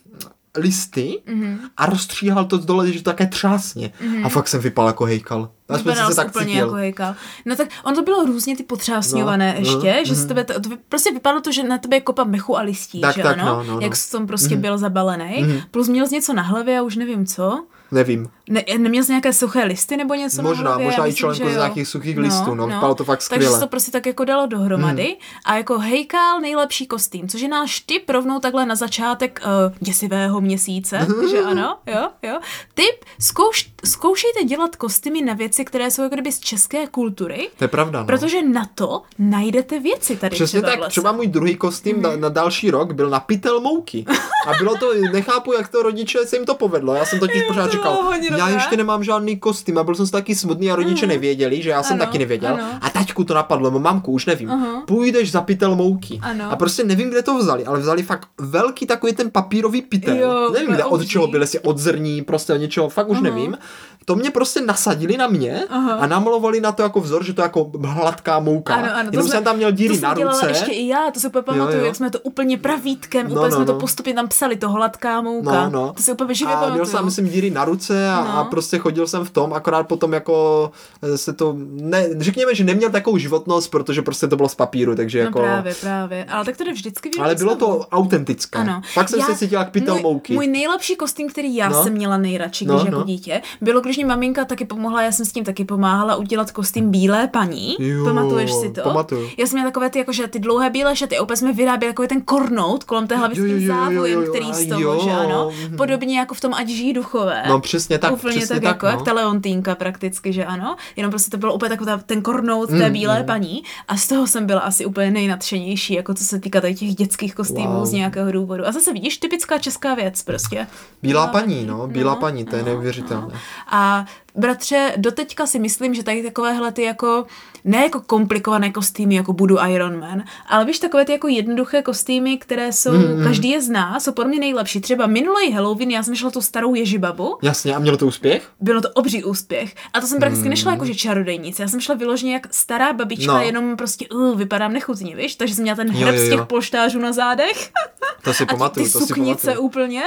listy Mhm. a rozstříhal to dole, že to také třásně. A fakt jsem vypadal jako hejkal. Aspoň jsem Vypadal se jsi tak úplně cítil. jako hejkal. No tak on to bylo různě ty potřásňované No, no, ještě, no, že z tebe, to, to, prostě vypadalo to, že na tebe je kopa mechu a listí, Tak, že tak, ano? no, no, Mm-hmm. no. Jak jsi tam prostě byl zabalený, plus měl jsi něco na hlavě a už nevím co. Nevím. Ne, neměl jsi nějaké suché listy nebo něco na Možná, hlavě? Já možná i myslím, členku že z jo. nějakých suchých listů, no, vypadalo to fakt Takže se skvěle. Hmm. to prostě tak jako dalo dohromady a jako hejkal nejlepší kostým, což je náš tip rovnou takhle na začátek uh, děsivého měsíce, Mhm. že ano, jo, jo. Tip, zkouš, zkoušejte dělat kostýmy na věci, které jsou jako kdyby z české kultury, To je pravda, no. protože na to najdete věci tady Přesně třeba vlastně. tak, v lese. Mhm. třeba můj druhý kostým na, na další rok byl na pytel mouky. A bylo to, nechápu, jak to rodiče se jim to povedlo. Já jsem totiž Jo, pořád to říkal, bylo hodně já dobré." Mhm. ještě nemám žádný kostým a byl jsem si taky smutný a rodiče nevěděli, že já jsem Ano, taky nevěděl. ano. A taťku to napadlo, nebo mamku, už nevím. Půjdeš za pytel mouky. Ano. A prostě nevím, kde to vzali, ale vzali fakt velký takový ten papírový pytel. Jo, nevím, kde, od obří. čeho byl, jestli od zrní, prostě od něčeho, fakt už nevím. To mě prostě nasadili na mě a namalovali na to jako vzor, že to je jako hladká mouka. Ano, ano, to Jenom jsme- jsem tam měl to díry jsem na dělala ruce. ještě i já, to se úplně pamatuju, jo. jak jsme to úplně pravítkem, No, úplně no, jsme to no. postupně tam psali, to hladká mouka. No, no. To se úplně živě A pamatuju. měl jsem, myslím, díry na ruce a, No. a prostě chodil jsem v tom, akorát potom jako eh, se to, ne, řekněme, že neměl takovou životnost, protože prostě to bylo z papíru, takže jako... No právě, právě. Ale tak to jde vždycky vyvíjet Ale bylo znovu. to autentické. Ano. Pak jsem Já- se cítil jak pytel můj, mouky. Můj nejlepší kostým, který já No. no. jsem měla nejradši, když No, no, jako no. no. dítě, bylo, když mi maminka taky pomohla, já jsem s tím taky pomáhala udělat kostým bílé paní. Jo, Pamatuješ si to? pamatuju. Já jsem měla takové ty, jakože ty dlouhé bílé šaty, a opět jsme vyráběli takový ten kornout kolem té hlavy s Jo, jo, tím jo, jo, jo, závojem, jo, který a z toho, že jo. ano. Mhm. Podobně jako v tom Ať žijí duchové. No přesně tak, Úplně přesně tak, tak, jako, no. jak ta Leontýnka prakticky, že ano. Jenom prostě to bylo úplně takový ta- ten kornout Mm, té bílé paní a z toho jsem byla asi úplně nejnadšenější, jako co se týká tady těch dětských kostýmů Wow. z nějakého důvodu. A zase vidíš, typická česká věc prostě. Bílá paní, no, bílá paní, to je neuvěřitelné. A bratře, doteďka si myslím, že tady takovéhle ty jako, ne jako komplikované kostýmy, jako budu Iron Man, ale víš, takové ty jako jednoduché kostýmy, které jsou, Mm, každý je zná, jsou pro mě nejlepší. Třeba minulý Halloween, já jsem šla tu starou Ježibabu, Jasně, a mělo to úspěch? bylo to obří úspěch. A to jsem prakticky nešla jako že čarodejnice, já jsem šla vyloženě jak stará babička, Hmm. No. no. jenom prostě uh, vypadám nechutně, víš? Takže jsem měla ten Jo, hrb jo, z jo. těch polštářů na zádech To si a pamatuju, ty to si suknice pamatuju. úplně,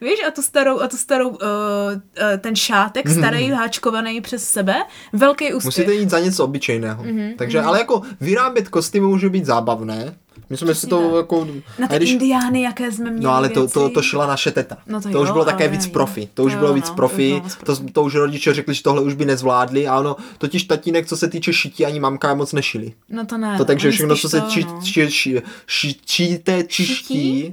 víš, a tu starou, a tu starou, uh, uh, ten šátek starý, háčkovaný přes sebe, velký úspěch. Hmm. Musíte jít za něco obyčejného. Mhm, Takže, ale jako vyrábět kostýmy může být zábavné. My jsme si Přesně to tak. jako... Na a ty když- indiány, jaké jsme měli No ale to, věci. to, to šla naše teta. No to to už jo, bylo také ale víc jo. profi. To To už jo, bylo no, víc to profi. bylo moc To, profi. to už rodiče řekli, že tohle už by nezvládli a ono, totiž tatínek, co se týče šití, ani mamka moc nešili. No to ne. To no, takže oni všechno, spíš co se to, či, no. či, či, či, číte, čiští,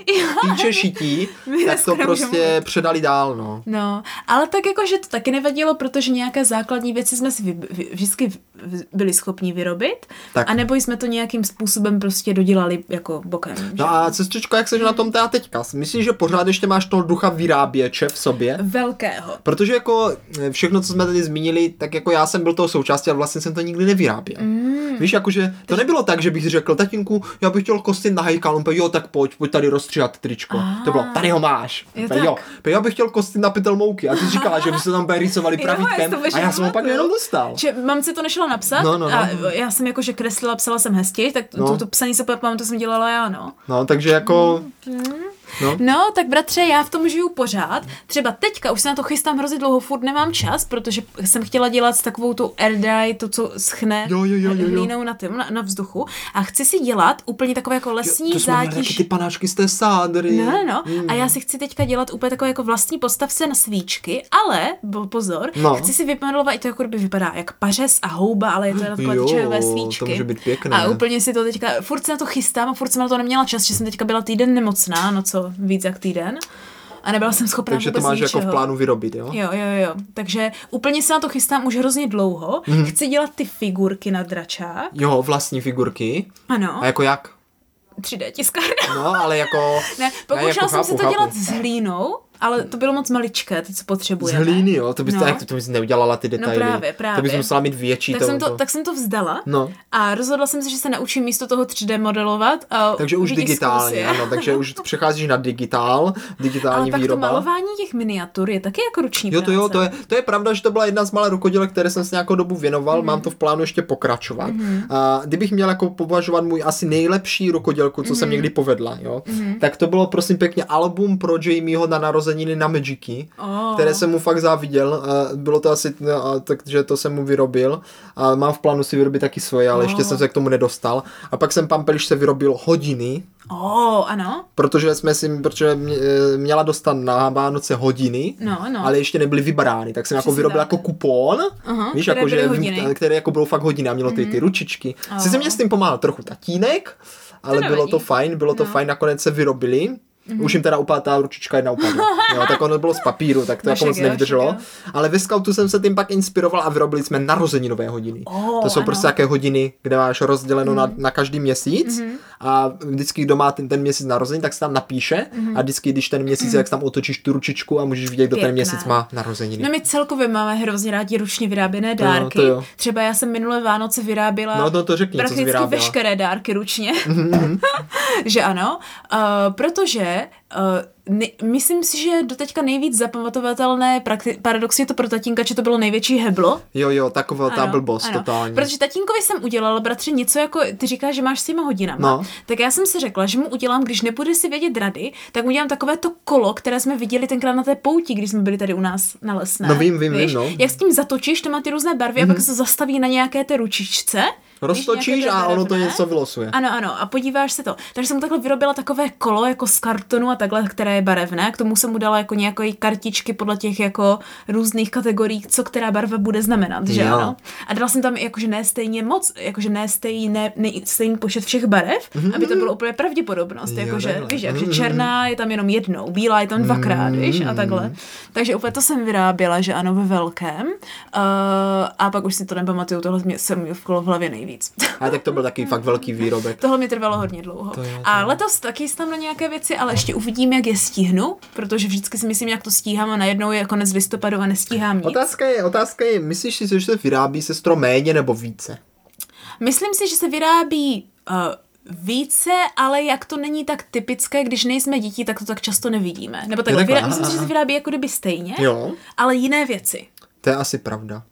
týče šití, My tak to dneska nemůžeme prostě mluvit. předali dál, no. No, ale tak jako, že to taky nevadilo, protože nějaké základní věci jsme si vy, vy, vždycky v- v- byli schopni vyrobit, Tak. tak. anebo jsme to nějakým způsobem prostě dodělali jako bokem. že? No a sestřičko, jak seš na tom teda teďka? Myslíš, že pořád ještě máš toho ducha vyráběče v sobě? Velkého. Protože jako eh, všechno, co jsme tady zmínili, tak jako já jsem byl toho součástí, ale vlastně jsem to nikdy nevyráběl. Mm. Víš, jakože to nebylo tak, že bych řekl, tatínku, já bych chtěl kostým na hejkal, on pe, jo, tak pojď, pojď tady rozstříhat tričko. Ah. To bylo, tady ho máš. Jo, Pe, jo, tak. pe, já bych chtěl kostým na pytel mouky. A ty jsi říkala, že by se tam pe rýsovali Jo, já si to pravítkem a vůbec já jsem ho pak nepamatuju. jenom dostal. Že mamce to nešlo napsat No, no, no. a já jsem jakože kreslila, psala jsem hezky, tak No. no. to, to psaní se úplně pamatuju, to jsem dělala já, no. No, takže jako... Mm, No. No, tak bratře, já v tom žiju pořád. Třeba teďka už se na to chystám hrozně dlouho, furt nemám čas, protože jsem chtěla dělat s takovou tu air dye, to, co schne Jo, jo, jo, jo, jo. hlínou na, tým, na, na, vzduchu. A chci si dělat úplně takové jako lesní to jsme měli taky zátěž. ty panáčky z té sádry. No, no, Hmm. mm. a já si chci teďka dělat úplně takové jako vlastní postavce na svíčky, ale, bo, pozor, No. no. chci si vymodelovat i to, jako kdyby vypadá jak pařez a houba, ale je to na takové Jo, ty čajové to svíčky. může být pěkné. A úplně si to teďka, furt se na to chystám a furt jsem na to neměla čas, že jsem teďka byla týden nemocná, no co, víc jak týden. A nebyla jsem schopná Takže to vůbec máš ničeho. jako v plánu vyrobit, jo? Jo, jo, jo. Takže úplně se na to chystám už hrozně dlouho. Mhm. Mm. Chci dělat ty figurky na dračák. Jo, vlastní figurky. Ano, A jako jak? 3D tiskárna. No, ale jako... Ne, pokoušela jako jsem se chápu, to chápu. dělat s hlínou, ale to bylo moc maličké, to, co Z potřebujeme. hlíny, jo, to bys No. no. jak to bys neudělala ty detaily. právě, To bys právě. musela mít větší Tak, to, jsem to, tak jsem to vzdala No. a rozhodla jsem se, že se naučím místo toho 3D modelovat. A Takže už uvidíš digitálně, zkusy. ano, takže už přecházíš na digitál, Ale digitální pak to výroba. malování těch miniatur je taky jako ruční Jo, to jo, práce. to je, to je pravda, že to byla jedna z malé rukodělek, které jsem si nějakou dobu věnoval, Mhm. mám to v plánu ještě pokračovat. A kdybych měl jako považovat můj asi Mhm. nejlepší rukodělku, co jsem někdy povedla, jo, tak to bylo prosím pěkně album pro Jamieho na narozeniny na Magiky, Oh. které jsem mu fakt záviděl. A bylo to asi, no, a, takže to jsem mu vyrobil. A mám v plánu si vyrobit taky svoje, ale ještě jsem se k tomu nedostal. A pak jsem Pampeliš se vyrobil hodiny, Oh, ano. protože jsme si, protože mě- eh, měla dostat na Vánoce hodiny, No, no. ale ještě nebyly vybrány, tak jsem jako Přesně vyrobil tak. jako kupon, Aha, víš, které jako, že, byly hodiny. Mhm. které jako budou fakt hodiny a mělo ty, ty ručičky. Aha. Sice mě s tím pomáhal trochu tatínek, ale bylo nevadí. to fajn, bylo to No. Mhm. fajn, nakonec se vyrobili. Už jim teda upadla ta ručička jedna upadla. Jo, tak ono bylo z papíru, tak to jako Vašek, moc jo, nevydrželo. vašek, Ale ve scoutu jsem se tím pak inspiroval a vyrobili jsme narozeninové hodiny. Oh, to jsou ano. prostě také hodiny, kde máš rozděleno na, Mhm. na každý měsíc a vždycky, kdo má ten, ten měsíc narozený, tak se tam napíše a vždycky, když ten měsíc, jak se tam otočíš tu ručičku a můžeš vidět, kdo ten Mhm. Pěkné. měsíc má narozeniny. No my celkově máme hrozně rádi ručně vyráběné jo, dárky. to jo. Třeba já jsem minulé Vánoce vyráběla No, no to řekni, co jsi prakticky vyráběla. Mhm. veškeré dárky ručně. že ano. Uh, protože uh, ne, myslím si, že doteďka nejvíc zapamatovatelné prakti- paradoxně to pro tatínka, že to bylo největší heblo. Jo, jo, taková ta Ano, blbost ano. totální. Protože tatínkovi jsem udělala, bratře, něco jako, ty říkáš, že máš s těma hodinama. No. Tak já jsem si řekla, že mu udělám, když nebude si vědět rady, tak mu udělám takové to kolo, které jsme viděli tenkrát na té pouti, když jsme byli tady u nás na lesné. No vím, vím, víš? vím, no. Mhm. Jak s tím zatočíš, to má ty různé barvy mm-hmm. a pak se to zastaví na nějaké té ručičce. víš, Roztočíš nějaké té a ono to barevné. něco vylosuje. Ano, ano, a podíváš se to. Takže jsem mu takhle vyrobila takové kolo jako z kartonu a takhle, které je barevné. K tomu jsem mu dala jako nějaké kartičky podle těch jako různých kategorií, co která barva bude znamenat, že Jo. ano. A dala jsem tam jakože ne stejně moc, jakože ne stejné, ne, stejný počet všech barev, aby to bylo úplně pravděpodobnost. Mhm. Jo, Jakože, takhle. víš, jakože Mhm. černá je tam jenom jednou, bílá je tam dvakrát, víš, a takhle. Mhm. Takže úplně to jsem vyráběla, že ano, ve velkém. Uh, a pak už si to nepamatuju, tohle mě, se mi vkolo v hlavě nejvíc. A tak to byl Mhm. taky fakt velký výrobek. Tohle mi trvalo hodně dlouho. To jo, to a letos taky jsem tam na nějaké věci, ale ještě uvidím, jak je stihnu, protože vždycky si myslím, jak to stíhám a najednou je konec listopadu a nestíhám nic. Otázka je, otázka je, myslíš si, že se vyrábí sestro méně nebo více? Myslím si, že se vyrábí uh, více, ale jak to není tak typické, když nejsme děti, tak to tak často nevidíme. Nebo tak, takhle, vyrá- aha, myslím si, že se aha. vyrábí jako kdyby stejně, Jo, ale jiné věci. to je asi pravda.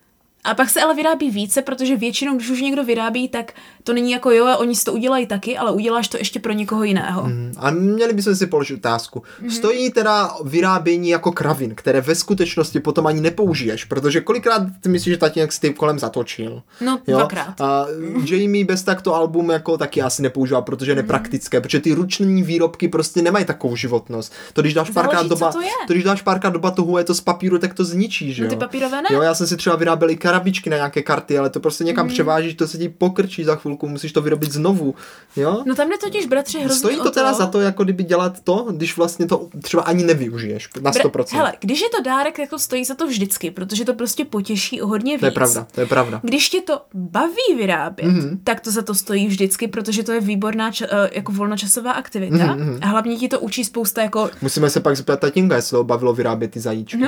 A pak se ale vyrábí více, protože většinou, když už někdo vyrábí, tak to není jako jo, oni si to udělají taky, ale uděláš to ještě pro někoho jiného. Mm, A měli bychom si položit otázku. Mhm. Stojí teda vyrábění jako kravin, které ve skutečnosti potom ani nepoužiješ, protože kolikrát ty myslíš, že tatínek s tím kolem zatočil? No, dvakrát. A Jamie bez tak to album jako taky asi nepoužívá, protože Mhm. je nepraktické, protože ty ruční výrobky prostě nemají takovou životnost. To když dáš Záleží, párkrát co doba, to je. to když dáš párkrát do batohu, a je to z papíru, tak to zničíš, že No ty jo? papírové ne. Mhm. Jo, já jsem si třeba vyráběl i krabičky na nějaké karty, ale to prostě někam převážíš, to se ti pokrčí za chvilku, musíš to vyrobit znovu, jo? No tam jde totiž, bratře, hrozně Stojí o to teda za to, jako kdyby dělat to, když vlastně to třeba ani nevyužiješ na Bra- 100%. Hele, když je to dárek, tak to stojí za to vždycky, protože to prostě potěší o hodně víc. to je pravda, Mhm. to je pravda. Když tě to baví vyrábět, mm-hmm. tak to za to stojí vždycky, protože to je výborná ča- eh, jako volnočasová aktivita Mhm, mm-hmm. a hlavně ti to učí spousta jako Musíme se pak zeptat tatínka, jestli ho bavilo vyrábět ty zajíčky. No,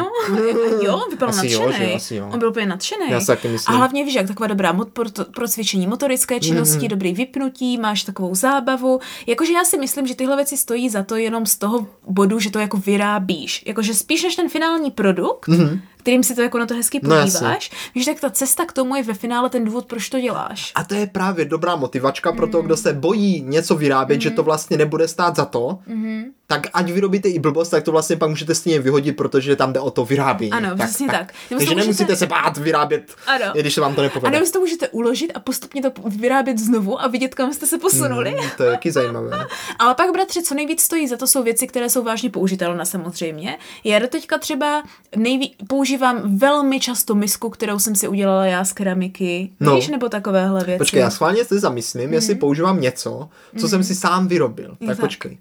jo, on byl Mhm. Asi jo, nadšený. že jo, asi jo. On byl úplně nadšený. Já si taky myslím. Mhm, A hlavně víš, jak taková dobrá mod pro, to- pro cvičení motorické činnosti, mm-hmm. dobrý vypnutí, máš takovou zábavu. Jakože já si myslím, že tyhle věci stojí za to jenom z toho bodu, že to jako vyrábíš. Jakože spíš než ten finální produkt, Mhm. mm-hmm. kterým si to jako na to hezky No, jasně. podíváš, víš, tak ta cesta k tomu je ve finále ten důvod, proč to děláš. A to je právě dobrá motivačka pro Mm. toho, kdo se bojí něco vyrábět, že to vlastně nebude stát za to, Mhm. tak ať vyrobíte i blbost, tak to vlastně pak můžete stejně vyhodit, protože tam jde o to vyrábění. Ano, přesně tak. Nebo Takže se můžete- nemusíte se bát vyrábět, Ano. i když se vám to A nepovede. nebo si to můžete uložit a postupně to vyrábět znovu a vidět, kam jste se posunuli. Hmm, to je taky zajímavé. Ale pak, bratře, co nejvíc stojí za to, jsou věci, které jsou vážně použitelné samozřejmě. Já do teďka třeba nejví... používám velmi často misku, kterou jsem si udělala já z keramiky. No. No. Víš, nebo takovéhle věci. Počkej, já schválně se zamyslím, jestli Mhm. používám něco, co jsem si sám vyrobil. Tak tak. počkej.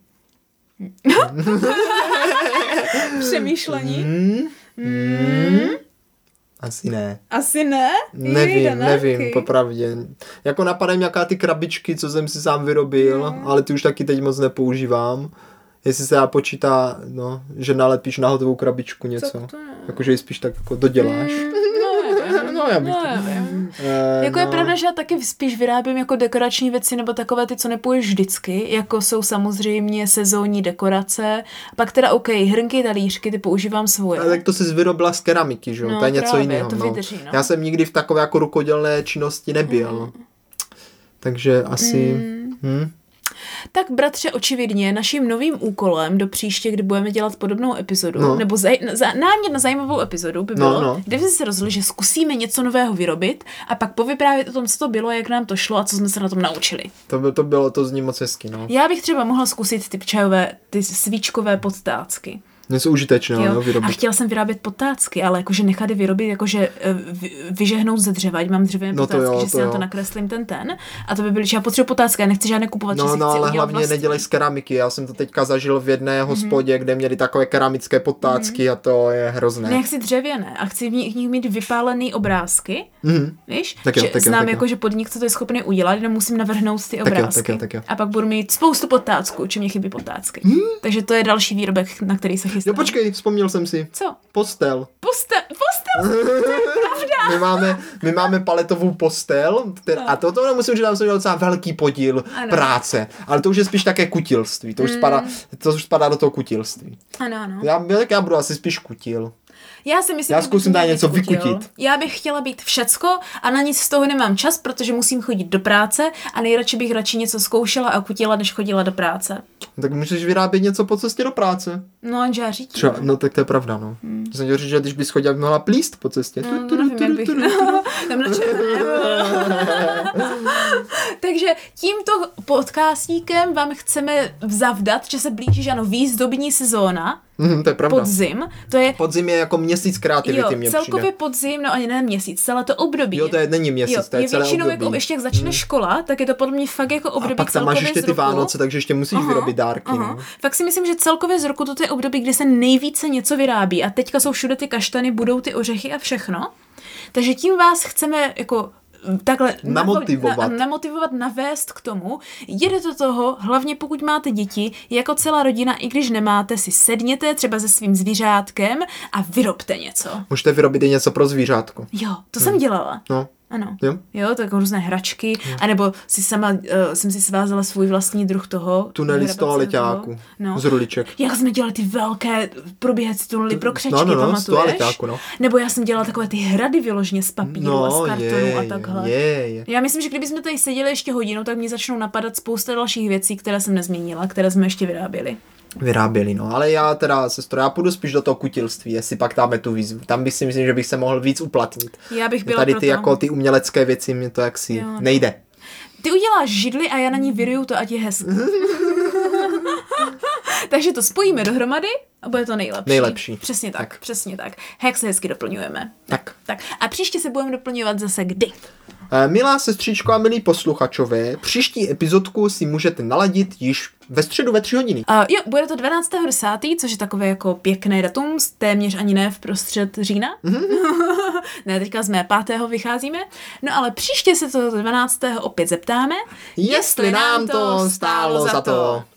Přemýšlení? Mhm. Mm. Asi ne. Asi ne? Nevím, Jejda, nevím, Narky. popravdě. Jako napadá mě nějaká ty krabičky, co jsem si sám vyrobil, Mhm. ale ty už taky teď moc nepoužívám. Jestli se dá počítá, no, že nalepíš na hotovou krabičku něco. to ne. Jakože ji spíš tak jako doděláš. No, já bych No, to... já vím. Eh, Jako je no. pravda, že já taky spíš vyrábím jako dekorační věci nebo takové ty, co nepůjdeš vždycky, jako jsou samozřejmě sezónní dekorace. Pak teda OK, hrnky, talířky, ty používám svoje. Ale tak to jsi vyrobila z keramiky, že jo? No, to je něco právě, jiného. to no. vydrží, no. Mhm. Já jsem nikdy v takové jako rukodělné činnosti nebyl. Takže asi... Hm? Tak bratře, očividně naším novým úkolem do příště, kdy budeme dělat podobnou epizodu, No. no. nebo zaj, za, námět na zajímavou epizodu by bylo, no. no, no. kdyby se rozhodli, že zkusíme něco nového vyrobit a pak povyprávět o tom, co to bylo, jak nám to šlo a co jsme se na tom naučili. To, by, to bylo, to zní moc hezky, no. Já bych třeba mohla zkusit ty čajové, ty svíčkové podtácky. Něco užitečného, jo, a vyrobit. chtěla jsem vyrábět potácky, ale jakože nechat je vyrobit, jakože eh, vy- vyžehnout ze dřeva, ať mám dřevěné No to potácky, jo, že to si na jo. to nakreslím ten ten. A to by byly, že já potřebuji potácky, já nechci žádné kupovat, že No, si no, ale chci udělat vlastně. Mhm. hlavně vlastní. nedělej z keramiky. Já jsem to teďka zažil v jedné hospodě, kde měli takové keramické Mhm. potácky a to je hrozné. Ne, já chci dřevěné a chci v nich, v nich mít vypálený obrázky. Mhm. Víš? Tak jo, že tak jo, znám tak jo. jako, že podnik, co to je schopný udělat, jenom musím navrhnout ty jo, obrázky. tak jo, tak jo. A pak budu mít spoustu potácků, čím mě chybí potácky. Hmm? Takže to je další výrobek, na který se chystám. Jo, počkej, vzpomněl jsem si. Co? Postel. Poste, Mhm. poste, My máme, my máme paletovou postel která, a to, to musím říct, tam jsem měl docela velký podíl ano. Ano. Mhm. práce, ale to už je spíš také kutilství, to už, spadá, to už spadá do toho kutilství. Ano, ano. Já, tak já budu asi spíš kutil. Já si myslím, Já že bych zkusím měla tady něco být kutil. vykutit. Já bych chtěla být všecko a na nic z toho nemám čas, protože musím chodit do práce a nejradši bych radši něco zkoušela a kutila, než chodila do práce. Tak můžeš vyrábět něco po cestě do práce. No, jenže já řídím. Třeba, no tak to je pravda, no. Hmm. Jsem chtěl říct, že když bys chodil, jak mohla plíst po cestě. No, to nevím, jak bych... Tam Takže tímto podcastíkem vám chceme zavdat, že se blíží, že ano, výzdobní sezóna, Mhm, to je pravda. podzim, to je Podzim je jako měsíc Jo, kreativity, mě celkově přijde. podzim, no ani ne měsíc, celé to období. Jo, to je, není měsíc, to je, je celé většinou, období. jako ještě jak začne škola, tak je to podle mě fakt jako období a pak tam máš celkově ještě z ty roku. Vánoce, takže ještě musíš Aha, vyrobit dárky. aha. No. Fakt si myslím, že celkově z roku toto je období, kdy se nejvíce něco vyrábí a teďka jsou všude ty kaštany, budou ty ořechy a všechno. Takže tím vás chceme jako takhle Namotivovat. navo- Na, namotivovat, navést k tomu. Jede do toho, hlavně pokud máte děti, jako celá rodina, i když nemáte, si sedněte třeba se svým zvířátkem a vyrobte něco. Můžete vyrobit i něco pro zvířátko. Jo, to jsem dělala. No, Ano. jo. Jo, tak různé hračky, anebo si sama, uh, jsem si svázala svůj vlastní druh toho. Tunely z toho hrabacího letáku. toho. No. Z ruliček. Jak jsme dělali ty velké probíhající tunely pro křečky, no, no, z pamatuješ? toho letáku, no. Nebo já jsem dělala takové ty hrady vyloženě z papíru a z kartonu je, a takhle. Je, je. Já myslím, že kdybychom tady seděli ještě hodinu, tak mě začnou napadat spousta dalších věcí, které jsem nezmínila, které jsme ještě vyráběli. Vyráběli, no. Ale já teda, sestro, já půjdu spíš do toho kutilství, jestli pak dáme tu výzvu. Tam bych si myslím, že bych se mohl víc uplatnit. Já bych Mě byla tady pro ty, to. jako, ty umělecké věci, mě to jaksi Jo, no. nejde. Ty uděláš židli a já na ní vyruju to, ať je hezké. Takže to spojíme dohromady a bude to nejlepší. Nejlepší. Přesně tak, Tak. tak. přesně tak. Jak se hezky doplňujeme. Tak. Tak a příště se budeme doplňovat zase kdy? Eh, Milá sestřičko a milí posluchačové, příští epizodku si můžete naladit již ve středu ve tři hodiny. Uh, jo, bude to 12.10., což je takové jako pěkné datum, s- téměř ani ne v prostřed října. Mhm. ne, teďka z mé 5. vycházíme. No ale příště se to 12. opět zeptáme. Jestli nám to stálo za to.